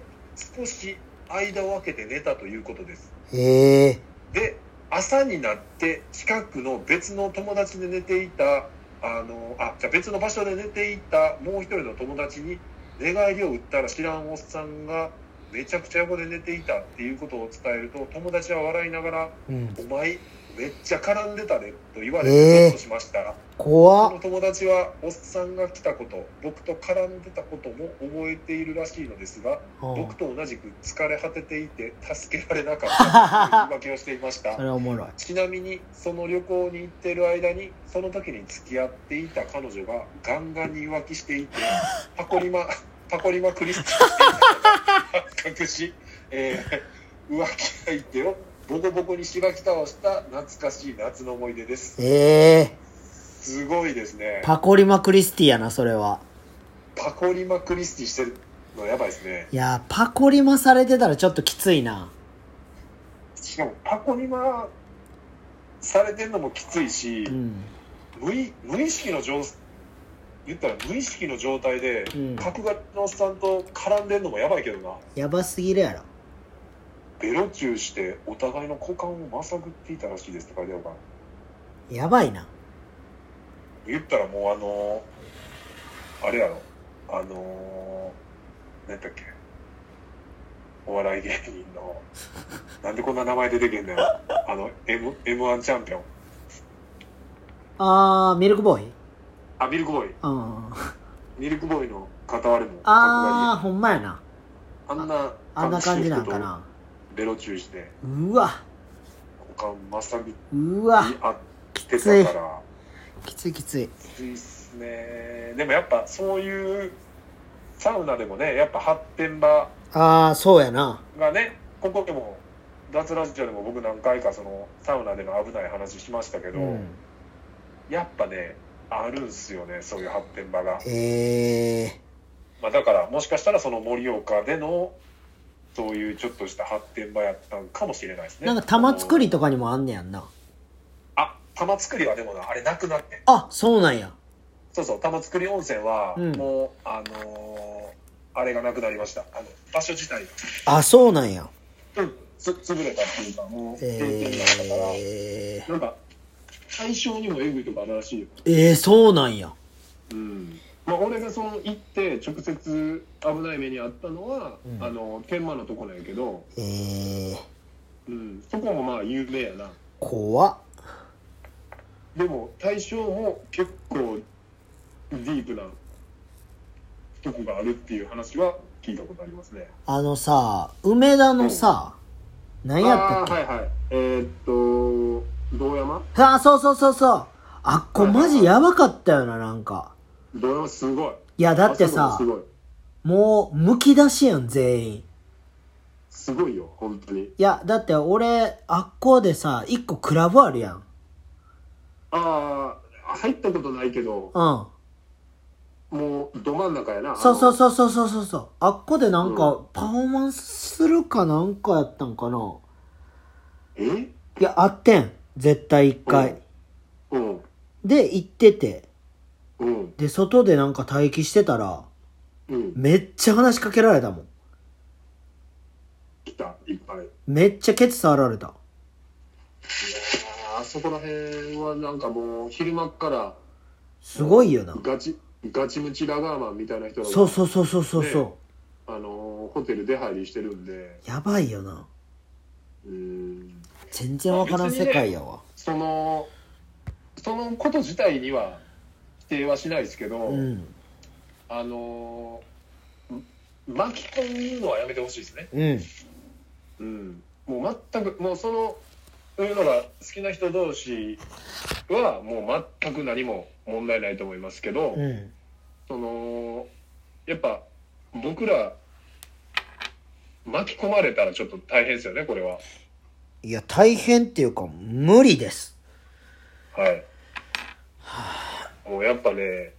[SPEAKER 2] 少し間を空けて寝たということです。
[SPEAKER 1] ええ
[SPEAKER 2] で朝になって近くの別の友達で寝ていたあのあじゃあ別の場所で寝ていたもう一人の友達に寝返りを打ったら知らんおっさんがめちゃくちゃ横で寝ていたっていうことを伝えると友達は笑いながら
[SPEAKER 1] うん
[SPEAKER 2] 「お前めっちゃ絡んでたね」と言われ
[SPEAKER 1] えー
[SPEAKER 2] てゾッとしました、
[SPEAKER 1] 怖
[SPEAKER 2] こ
[SPEAKER 1] っ
[SPEAKER 2] の友達はおっさんが来たこと僕と絡んでたことも覚えているらしいのですが
[SPEAKER 1] うん
[SPEAKER 2] 僕と同じく疲れ果てていて助けられなかったという言い訳をしていまし た
[SPEAKER 1] それおもろい
[SPEAKER 2] ちなみにその旅行に行ってる間にその時に付き合っていた彼女がガンガンに浮気していてパコリマパコリマクリスティしていたことが発覚し、えー浮気相手をボコボコにしばき倒した懐かしい夏の思い出です
[SPEAKER 1] ええ
[SPEAKER 2] すごいですね
[SPEAKER 1] パコリマクリスティやなそれは
[SPEAKER 2] パコリマクリスティしてるのやばいですね
[SPEAKER 1] いやパコリマされてたらちょっときついな
[SPEAKER 2] しかもパコリマされてるのもきついし、
[SPEAKER 1] うん
[SPEAKER 2] 無意無意識の状言ったら無意識の状態で
[SPEAKER 1] うん
[SPEAKER 2] 角刈りのおっさんと絡んでんのもやばいけどな
[SPEAKER 1] やばすぎるやろ
[SPEAKER 2] ベロチューしてお互いの股間をまさぐっていたらしいですとかでから
[SPEAKER 1] やばいな
[SPEAKER 2] 言ったらもうあのーあれやろあのー、何だっけお笑い芸人 のなんでこんな名前出てけんだよあの m 1チャンピオン
[SPEAKER 1] あーミルクボーイ
[SPEAKER 2] あミルクボーイ
[SPEAKER 1] うん
[SPEAKER 2] ミルクボーイの片割れも
[SPEAKER 1] あーほんまやな
[SPEAKER 2] あんな
[SPEAKER 1] あんな感じなんかな
[SPEAKER 2] ベロチューして
[SPEAKER 1] うわ
[SPEAKER 2] 股間まさぐっ
[SPEAKER 1] うわ
[SPEAKER 2] にあってたから
[SPEAKER 1] きついきつい
[SPEAKER 2] きついっすねでもやっぱそういうサウナでもねやっぱ発展場
[SPEAKER 1] ああそうやな
[SPEAKER 2] がねここでも脱ラジオでも僕何回かそのサウナでの危ない話しましたけ
[SPEAKER 1] う
[SPEAKER 2] ど、
[SPEAKER 1] ん
[SPEAKER 2] やっぱねあるんすよねそういう発展場が、
[SPEAKER 1] ええ
[SPEAKER 2] まあ、だからもしかしたらその盛岡でのそういうちょっとした発展場やったんかもしれないですね
[SPEAKER 1] なんか玉作りとかにもあんねやんな
[SPEAKER 2] あ玉作りはでもなあれなくなってん
[SPEAKER 1] あそうなんや
[SPEAKER 2] そうそう、玉造温泉は、
[SPEAKER 1] うん
[SPEAKER 2] もう、あのーあれがなくなりました。あの、場所自体
[SPEAKER 1] あそうなんや
[SPEAKER 2] が、うん、つ、潰れたっていうか、もう、閉店になったから、
[SPEAKER 1] えー、
[SPEAKER 2] なんか、対象にもえぐいとかあるらしいよ。
[SPEAKER 1] えー、そうなんや
[SPEAKER 2] うん。まあ、俺がその、行って、直接危ない目にあったのは、
[SPEAKER 1] うん
[SPEAKER 2] あの、天満のとこなんやけど、
[SPEAKER 1] えー、
[SPEAKER 2] うん、そこもまあ、有名やな。
[SPEAKER 1] 怖っ
[SPEAKER 2] でも、対象も結構、ディープな、とこがあるっていう話は聞いたことありますね。
[SPEAKER 1] あのさ梅田のさ、何やったっけ
[SPEAKER 2] あーはいはいえーっと堂山
[SPEAKER 1] ああそうそうそうそうあっこ
[SPEAKER 2] はいはいは
[SPEAKER 1] マ
[SPEAKER 2] い
[SPEAKER 1] ジやばかったよななんか
[SPEAKER 2] 堂山すごい
[SPEAKER 1] いやだって
[SPEAKER 2] あ
[SPEAKER 1] さ
[SPEAKER 2] そこも
[SPEAKER 1] もうむき出しやん全員
[SPEAKER 2] すごいすごいよ本当に
[SPEAKER 1] いやだって俺あっこでさ一個クラブあるやん
[SPEAKER 2] ああ入ったことないけど
[SPEAKER 1] うん
[SPEAKER 2] もうど真ん中やな
[SPEAKER 1] そうそう
[SPEAKER 2] そ
[SPEAKER 1] そうそうそうそうそうあっこでなん
[SPEAKER 2] う
[SPEAKER 1] かパフォーマンスするかなんかやったんかな
[SPEAKER 2] え
[SPEAKER 1] いやあってん絶対一回
[SPEAKER 2] うん
[SPEAKER 1] で行ってて
[SPEAKER 2] うん
[SPEAKER 1] で外でなんか待機してたら
[SPEAKER 2] うん
[SPEAKER 1] めっちゃ話しかけられたもん
[SPEAKER 2] 来たいっぱいいや
[SPEAKER 1] めっちゃケツ触られた
[SPEAKER 2] ーあそこら辺はなんかもう昼間っから
[SPEAKER 1] すごいよな
[SPEAKER 2] ガチガチムチラガーマンみたいな人が
[SPEAKER 1] そうそうそうそうそうそう、
[SPEAKER 2] あのーホテル出入りしてるんで
[SPEAKER 1] やばいよな
[SPEAKER 2] うーん
[SPEAKER 1] 全然わからん世界やわ、
[SPEAKER 2] そのそのこと自体には否定はしないですけど、
[SPEAKER 1] うん
[SPEAKER 2] あのーん巻き込むのはやめてほしいですね。
[SPEAKER 1] うん
[SPEAKER 2] うん、もう全くもうそのそういうのが好きな人同士はもう全く何も問題ないと思いますけど、
[SPEAKER 1] うん
[SPEAKER 2] そのやっぱ僕ら巻き込まれたらちょっと大変ですよねこれは。
[SPEAKER 1] いや大変っていうか無理です
[SPEAKER 2] はい。もうやっぱね、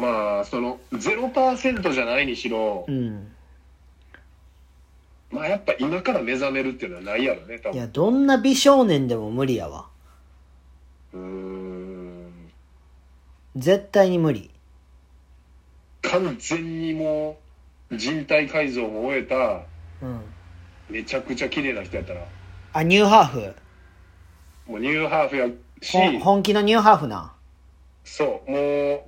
[SPEAKER 2] まあ、その、0%じゃないにしろ
[SPEAKER 1] う、ん
[SPEAKER 2] まあやっぱ今から目覚めるっていうのはないやろね、多
[SPEAKER 1] い
[SPEAKER 2] 分。
[SPEAKER 1] やどんな美少年でも無理やわ
[SPEAKER 2] うーん。
[SPEAKER 1] 絶対に無理
[SPEAKER 2] 完全にもう、人体改造も終えた、
[SPEAKER 1] うん
[SPEAKER 2] めちゃくちゃ綺麗な人やったら、
[SPEAKER 1] あニューハーフ
[SPEAKER 2] もうニューハーフやし、
[SPEAKER 1] ほん本気のニューハーフな
[SPEAKER 2] そう、も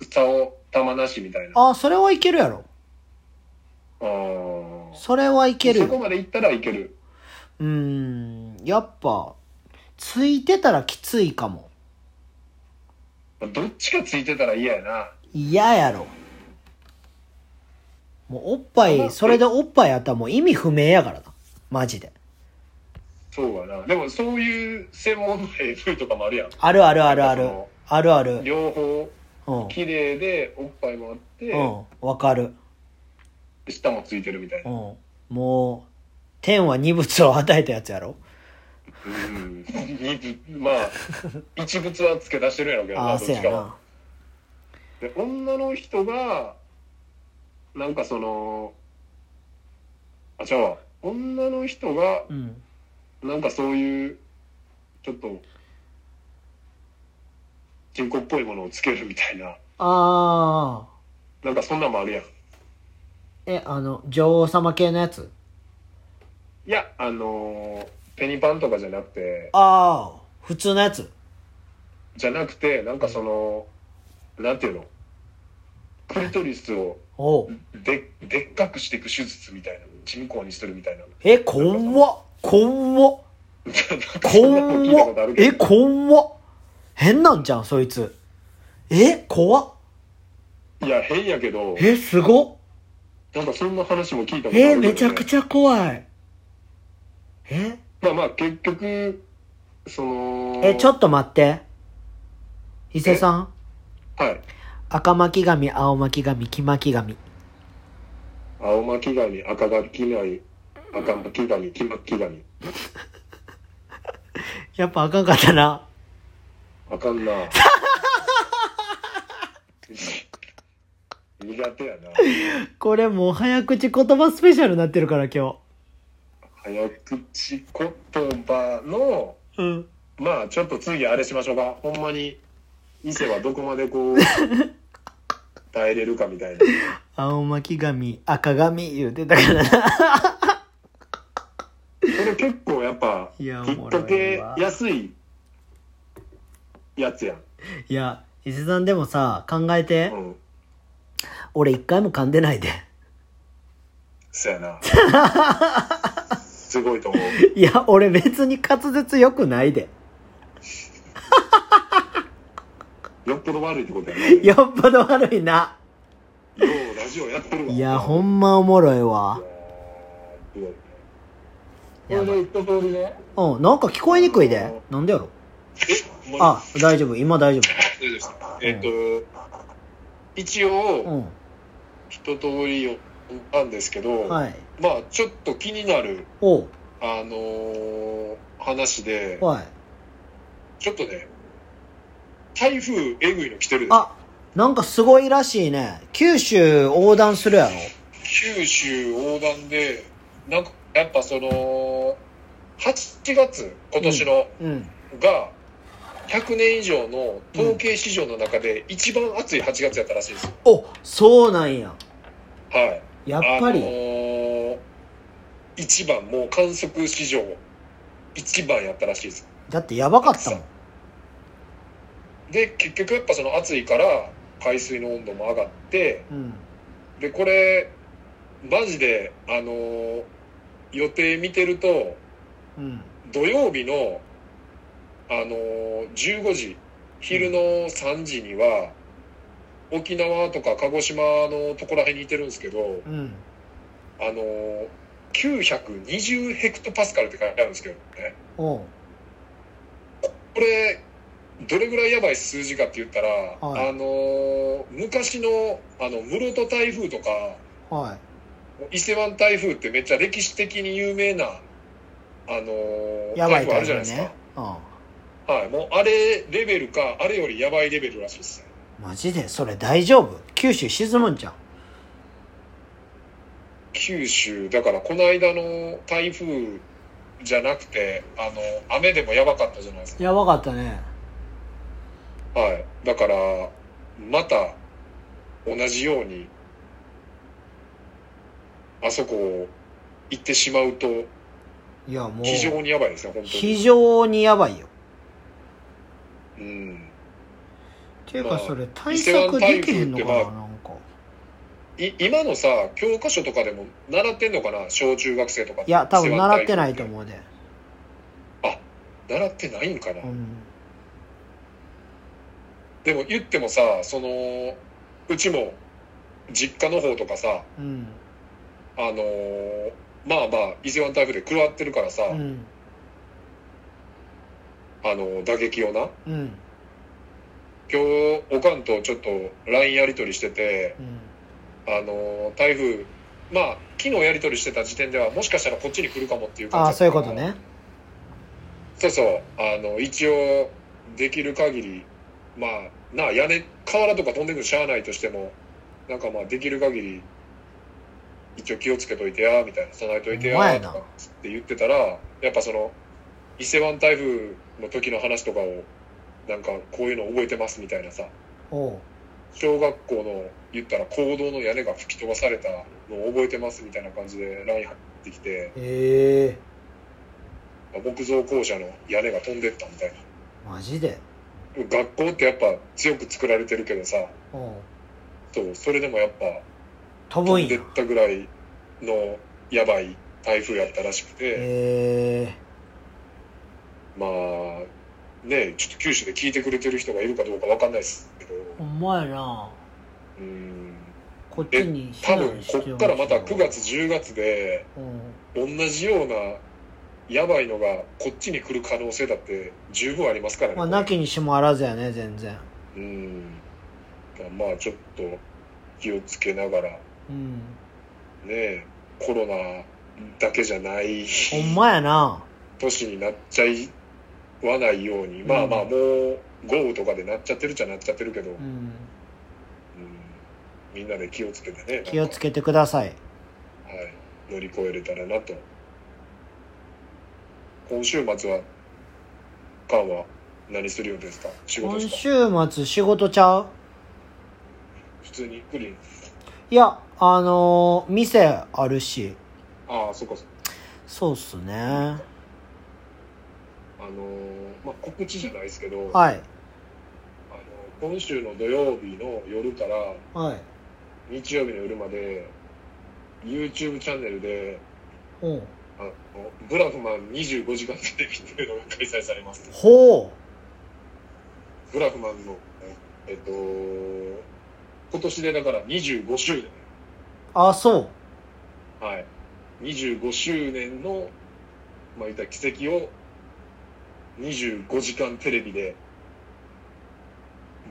[SPEAKER 2] う、竿、玉なしみたいな。あ
[SPEAKER 1] あそれはいけるやろ
[SPEAKER 2] あー。
[SPEAKER 1] それはいける
[SPEAKER 2] そこ
[SPEAKER 1] よ
[SPEAKER 2] まで行ったらいける。
[SPEAKER 1] うーんやっぱついてたらきついかも
[SPEAKER 2] まあどっちかついてたら嫌やな。
[SPEAKER 1] 嫌やろもうおっぱいそれでおっぱいやったらもう意味不明やからなマジで
[SPEAKER 2] そうやな。でもそういう専門の AV とかもあるやん。
[SPEAKER 1] あるあるあるある
[SPEAKER 2] なんか
[SPEAKER 1] あるある
[SPEAKER 2] 両方
[SPEAKER 1] うん
[SPEAKER 2] 綺麗でおっぱいもあって、
[SPEAKER 1] うんわかる
[SPEAKER 2] 舌もついてるみたいうな。
[SPEAKER 1] んもう天は二物を与えたやつやろ
[SPEAKER 2] うん。まあ、一物は付け出してるやろうけど
[SPEAKER 1] あ
[SPEAKER 2] な、
[SPEAKER 1] あ
[SPEAKER 2] どっ
[SPEAKER 1] そう
[SPEAKER 2] ち
[SPEAKER 1] や
[SPEAKER 2] かは。
[SPEAKER 1] な
[SPEAKER 2] で、女の人が、なんかその、あ、じゃあ、女の人が、
[SPEAKER 1] うん
[SPEAKER 2] なんかそういう、ちょっと、金庫っぽいものをつけるみたいな、
[SPEAKER 1] ああ
[SPEAKER 2] なんかそんなんもあるやん。
[SPEAKER 1] えあの女王様系のやつ
[SPEAKER 2] いや、あのーペニパンとかじゃなくて、
[SPEAKER 1] ああ普通のやつ
[SPEAKER 2] じゃなくて、なんかその、なんていうの、クリトリスを
[SPEAKER 1] おう
[SPEAKER 2] ででっかくしていく手術みたいな、チンコにするみたいな。
[SPEAKER 1] えこんわこんわこ
[SPEAKER 2] そんなん聞いたことあ
[SPEAKER 1] わ
[SPEAKER 2] るけ
[SPEAKER 1] え
[SPEAKER 2] ど
[SPEAKER 1] こんわ変なんじゃんそいつえ怖っ
[SPEAKER 2] いや、変やけど、
[SPEAKER 1] えすごっ
[SPEAKER 2] なんかそんな話も聞いたことあるけど、
[SPEAKER 1] えめちゃく
[SPEAKER 2] ゃ。
[SPEAKER 1] ちゃ怖いえ
[SPEAKER 2] まあまあ、結局、その、
[SPEAKER 1] えちょっと待って伊勢さん
[SPEAKER 2] はい。
[SPEAKER 1] 赤巻紙青巻紙黄巻紙
[SPEAKER 2] 青巻紙、赤巻紙、赤巻紙、黄巻紙。
[SPEAKER 1] やっぱあかんかったな
[SPEAKER 2] あ かんな。苦手やな。
[SPEAKER 1] これもう早口言葉スペシャルになってるから今
[SPEAKER 2] 早口言葉の、
[SPEAKER 1] 日うん
[SPEAKER 2] まあちょっと次あれしましょうか。ほんまに、伊勢はどこま でこう、耐えれるかみたいな。
[SPEAKER 1] 青巻紙赤紙言うてたからな
[SPEAKER 2] これ結構やっぱ、
[SPEAKER 1] いや
[SPEAKER 2] 引っ掛けやすいやつやん。
[SPEAKER 1] いや伊勢さんでもさ考えて
[SPEAKER 2] うん。
[SPEAKER 1] 俺一回も噛んでないで
[SPEAKER 2] そや な。すごいと思う。
[SPEAKER 1] いや俺別に滑舌良くないで
[SPEAKER 2] よっぽど悪いってことやな。
[SPEAKER 1] よっぽど悪いな
[SPEAKER 2] ようラジオやってるわ。
[SPEAKER 1] いやほんまおもろい
[SPEAKER 2] いやー
[SPEAKER 1] わ
[SPEAKER 2] すごいねこ
[SPEAKER 1] やば
[SPEAKER 2] れで一通りね。
[SPEAKER 1] うんなんか聞こえにくいでなんでやろ
[SPEAKER 2] え、もう
[SPEAKER 1] あ大丈夫今大丈夫
[SPEAKER 2] 大丈夫ですか。えっ、と、一応、
[SPEAKER 1] う
[SPEAKER 2] 一通り読んだんですけど、
[SPEAKER 1] んはい
[SPEAKER 2] まあ、ちょっと気になる、
[SPEAKER 1] おう
[SPEAKER 2] あのー話で、
[SPEAKER 1] はい
[SPEAKER 2] ちょっとね、台風、えぐいの来てるでしょ
[SPEAKER 1] あなんかすごいらしいね九州横断するやろ
[SPEAKER 2] 九州横断で、なんか、やっぱその、8月、今年の、
[SPEAKER 1] うん
[SPEAKER 2] が、100年以上の統計史上の中で一番暑い8月やったらしいですよ。
[SPEAKER 1] おそうなんや
[SPEAKER 2] はい。
[SPEAKER 1] やっぱり、
[SPEAKER 2] あのー一番もう観測史上一番やったらしいです
[SPEAKER 1] だってやばかったもん
[SPEAKER 2] で結局やっぱその暑いから海水の温度も上がって
[SPEAKER 1] うん
[SPEAKER 2] でこれマジであのー予定見てると
[SPEAKER 1] うん
[SPEAKER 2] 土曜日のあのー15時昼の3時には沖縄とか鹿児島のところらへんにいてるんですけど
[SPEAKER 1] うん
[SPEAKER 2] あのー920ヘクトパスカルって書いてあるんですけどね。
[SPEAKER 1] おう
[SPEAKER 2] これ、どれぐらいやばい数字かって言ったら、
[SPEAKER 1] はい
[SPEAKER 2] あのー昔の、あの、室戸台風とか、
[SPEAKER 1] は
[SPEAKER 2] 伊勢湾台風ってめっちゃ歴史的に有名な、あのー
[SPEAKER 1] いやば
[SPEAKER 2] 台
[SPEAKER 1] い
[SPEAKER 2] 風
[SPEAKER 1] 台
[SPEAKER 2] あるじゃ
[SPEAKER 1] 風
[SPEAKER 2] ないです
[SPEAKER 1] ね
[SPEAKER 2] か。
[SPEAKER 1] うん
[SPEAKER 2] はい。もう、あれレベルか、あれよりやばいレベルらしいですね。
[SPEAKER 1] マジでそれ大丈夫九州沈むんじゃん
[SPEAKER 2] 九州、だからこの間の台風じゃなくて、あの、雨でもやばかったじゃないですか。
[SPEAKER 1] やばかったね
[SPEAKER 2] はい。だから、また、同じように、あそこを行ってしまうと、
[SPEAKER 1] いやもう
[SPEAKER 2] 非常にやばいですね、本当
[SPEAKER 1] 非
[SPEAKER 2] に。
[SPEAKER 1] 常にやばいよ
[SPEAKER 2] うん。
[SPEAKER 1] っていうか
[SPEAKER 2] まあ
[SPEAKER 1] それ対策できへんのかな
[SPEAKER 2] 伊勢
[SPEAKER 1] な
[SPEAKER 2] 湾
[SPEAKER 1] んか
[SPEAKER 2] い今のさ、教科書とかでも習ってんのかな小中学生とか。
[SPEAKER 1] いや多分習ってないと思うで、
[SPEAKER 2] 習ってないんかな、
[SPEAKER 1] うん、
[SPEAKER 2] でも言ってもさ、その、うちも、実家の方とかさ、
[SPEAKER 1] うん
[SPEAKER 2] あのーまあまあ、伊勢湾台風で食らってるからさ、
[SPEAKER 1] うん
[SPEAKER 2] あのー打撃をな、
[SPEAKER 1] うんうん
[SPEAKER 2] 今日、おかんとちょっと LINE やり取りしてて、あのー台風、まあ、昨日やり取りしてた時点では、もしかしたらこっちに来るかもっていう感
[SPEAKER 1] あ
[SPEAKER 2] じ
[SPEAKER 1] あ
[SPEAKER 2] だった
[SPEAKER 1] そう
[SPEAKER 2] か
[SPEAKER 1] い
[SPEAKER 2] ら
[SPEAKER 1] うこと。ね
[SPEAKER 2] そうそう、あの、一応、できる限り、まあ、なあ、屋根、瓦とか飛んでくるしゃあないとしても、なんかまあ、できる限り、一応気をつけといてや、みたいな、備えといて
[SPEAKER 1] ほんまや
[SPEAKER 2] や、
[SPEAKER 1] な
[SPEAKER 2] とかつって言ってたら、やっぱその、伊勢湾台風の時の話とかを、なんか、こういうの覚えてます、みたいなさ、
[SPEAKER 1] おう
[SPEAKER 2] 小学校の、言ったら、公道の屋根が吹き飛ばされたのを覚えてます、みたいな感じで、ライン入ってきて、
[SPEAKER 1] ええ
[SPEAKER 2] 木造校舎の屋根が飛んでったみたいな。
[SPEAKER 1] マジで
[SPEAKER 2] 学校ってやっぱ強く作られてるけどさ
[SPEAKER 1] おう
[SPEAKER 2] そうそれでもやっぱ
[SPEAKER 1] 飛ぶ
[SPEAKER 2] 飛
[SPEAKER 1] ん
[SPEAKER 2] んで
[SPEAKER 1] や
[SPEAKER 2] ったぐらいのやばい台風やったらしくて、
[SPEAKER 1] え
[SPEAKER 2] まあねちょっと九州で聞いてくれてる人がいるかどうかわかんないですけど
[SPEAKER 1] えほんまやな
[SPEAKER 2] うん
[SPEAKER 1] こっちに
[SPEAKER 2] 多
[SPEAKER 1] 避
[SPEAKER 2] 分
[SPEAKER 1] 難して
[SPEAKER 2] こっからまた9月10月で
[SPEAKER 1] うん
[SPEAKER 2] 同じようなやばいのがこっちに来る可能性だって十分ありますからね。
[SPEAKER 1] まあなきにしもあらずやね全然
[SPEAKER 2] うんまあちょっと気をつけながら
[SPEAKER 1] うん
[SPEAKER 2] ねえコロナだけじゃない
[SPEAKER 1] ほんまやな
[SPEAKER 2] 年になっちゃいはないように、まあまあもう豪雨とかでなっちゃってるっちゃなっちゃってるけど、うん
[SPEAKER 1] うん
[SPEAKER 2] みんなで気をつけてね
[SPEAKER 1] 気をつ
[SPEAKER 2] け、
[SPEAKER 1] けてください
[SPEAKER 2] はい、乗り越えれたらなと今週末はカンは何するようですか仕事
[SPEAKER 1] 今
[SPEAKER 2] ですか
[SPEAKER 1] 週末仕事ちゃう
[SPEAKER 2] 普通にゆっくり
[SPEAKER 1] いやあのー店あるし
[SPEAKER 2] ああそっかそっか
[SPEAKER 1] そうっすね
[SPEAKER 2] あのーまあ告知じゃないですけど、あ
[SPEAKER 1] はい
[SPEAKER 2] の今週の土曜日の夜から
[SPEAKER 1] はい
[SPEAKER 2] 日曜日の夜まで YouTube チャンネルで
[SPEAKER 1] おう
[SPEAKER 2] あのブラフマン25時間テレビというのが開催されます
[SPEAKER 1] ほ
[SPEAKER 2] ブラフマンのえっと今年でだから25周年
[SPEAKER 1] うあそう
[SPEAKER 2] はい25周年のまあ言ったら奇跡を25時間テレビで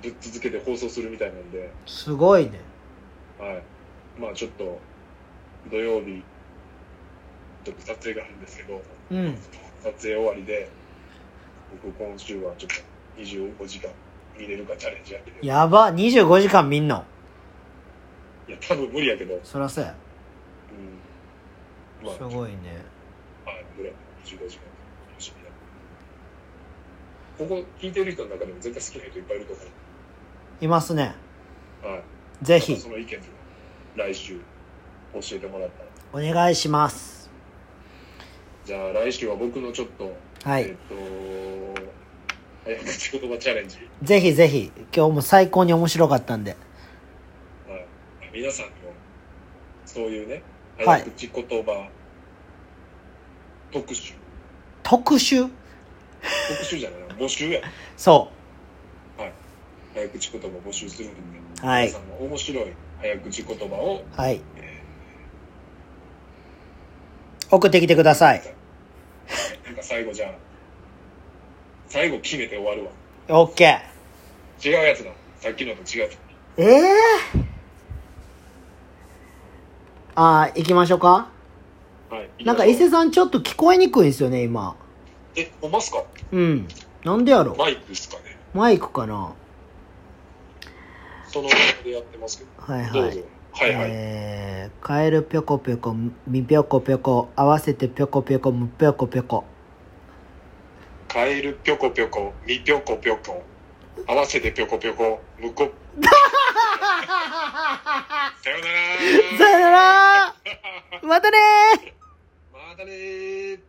[SPEAKER 2] ぶっ続けて放送するみたいなんです
[SPEAKER 1] ごいね
[SPEAKER 2] はいまあちょっと土曜日ちょっと撮影があるんですけど
[SPEAKER 1] うん
[SPEAKER 2] 撮影終わりで僕今週はちょっと25時間見れるかチャレンジやってるいや
[SPEAKER 1] やば25時間みんの
[SPEAKER 2] 多分無理やけど、うん、
[SPEAKER 1] そらそうや
[SPEAKER 2] まあ
[SPEAKER 1] すごいね
[SPEAKER 2] はいぐらい25時間楽しみだここ聞いてる人の中でも絶対好きな人いっぱいいると思
[SPEAKER 1] いますね
[SPEAKER 2] うはい
[SPEAKER 1] ぜ
[SPEAKER 2] ま
[SPEAKER 1] ひ
[SPEAKER 2] たその意見とか来週教えてもらったら
[SPEAKER 1] お願いします
[SPEAKER 2] じゃあ来週は僕のちょっと、
[SPEAKER 1] は
[SPEAKER 2] え
[SPEAKER 1] い
[SPEAKER 2] っと早口言葉チャレンジ、
[SPEAKER 1] ぜひぜひ今日も最高に面白かったんで
[SPEAKER 2] はい、皆さんのそういうね
[SPEAKER 1] はい
[SPEAKER 2] 早口言葉、特集
[SPEAKER 1] 特集
[SPEAKER 2] 特集じゃないな募集や
[SPEAKER 1] そ
[SPEAKER 2] 早口言葉募集するんで、
[SPEAKER 1] うはい
[SPEAKER 2] 皆さんの面白い早口言葉を
[SPEAKER 1] はい送ってきてください。
[SPEAKER 2] なんか最後じゃあ、最後決めて終わるわ。
[SPEAKER 1] オッケー。
[SPEAKER 2] 違うやつだ。さっきのと違う。
[SPEAKER 1] ええああ、行きましょうか。
[SPEAKER 2] はい。
[SPEAKER 1] なんか伊勢さんちょっと聞こえにくいんですよね、今。
[SPEAKER 2] え、ほんまっすか
[SPEAKER 1] うん。なんでやろ
[SPEAKER 2] マイクっすかね。
[SPEAKER 1] マイクかな
[SPEAKER 2] その場でやってますけど。
[SPEAKER 1] はいはい。
[SPEAKER 2] どうぞ。はいはい。
[SPEAKER 1] えー、カエルぴょこぴょこ、みぴょこぴょこ、合わせてぴょこぴょこ、むぴょこぴょ こ。
[SPEAKER 2] カエルぴょこぴょこ、みぴょこぴょこ、合わせてぴょこぴょこ、む こ。さよなら
[SPEAKER 1] さよならまたねー
[SPEAKER 2] またねー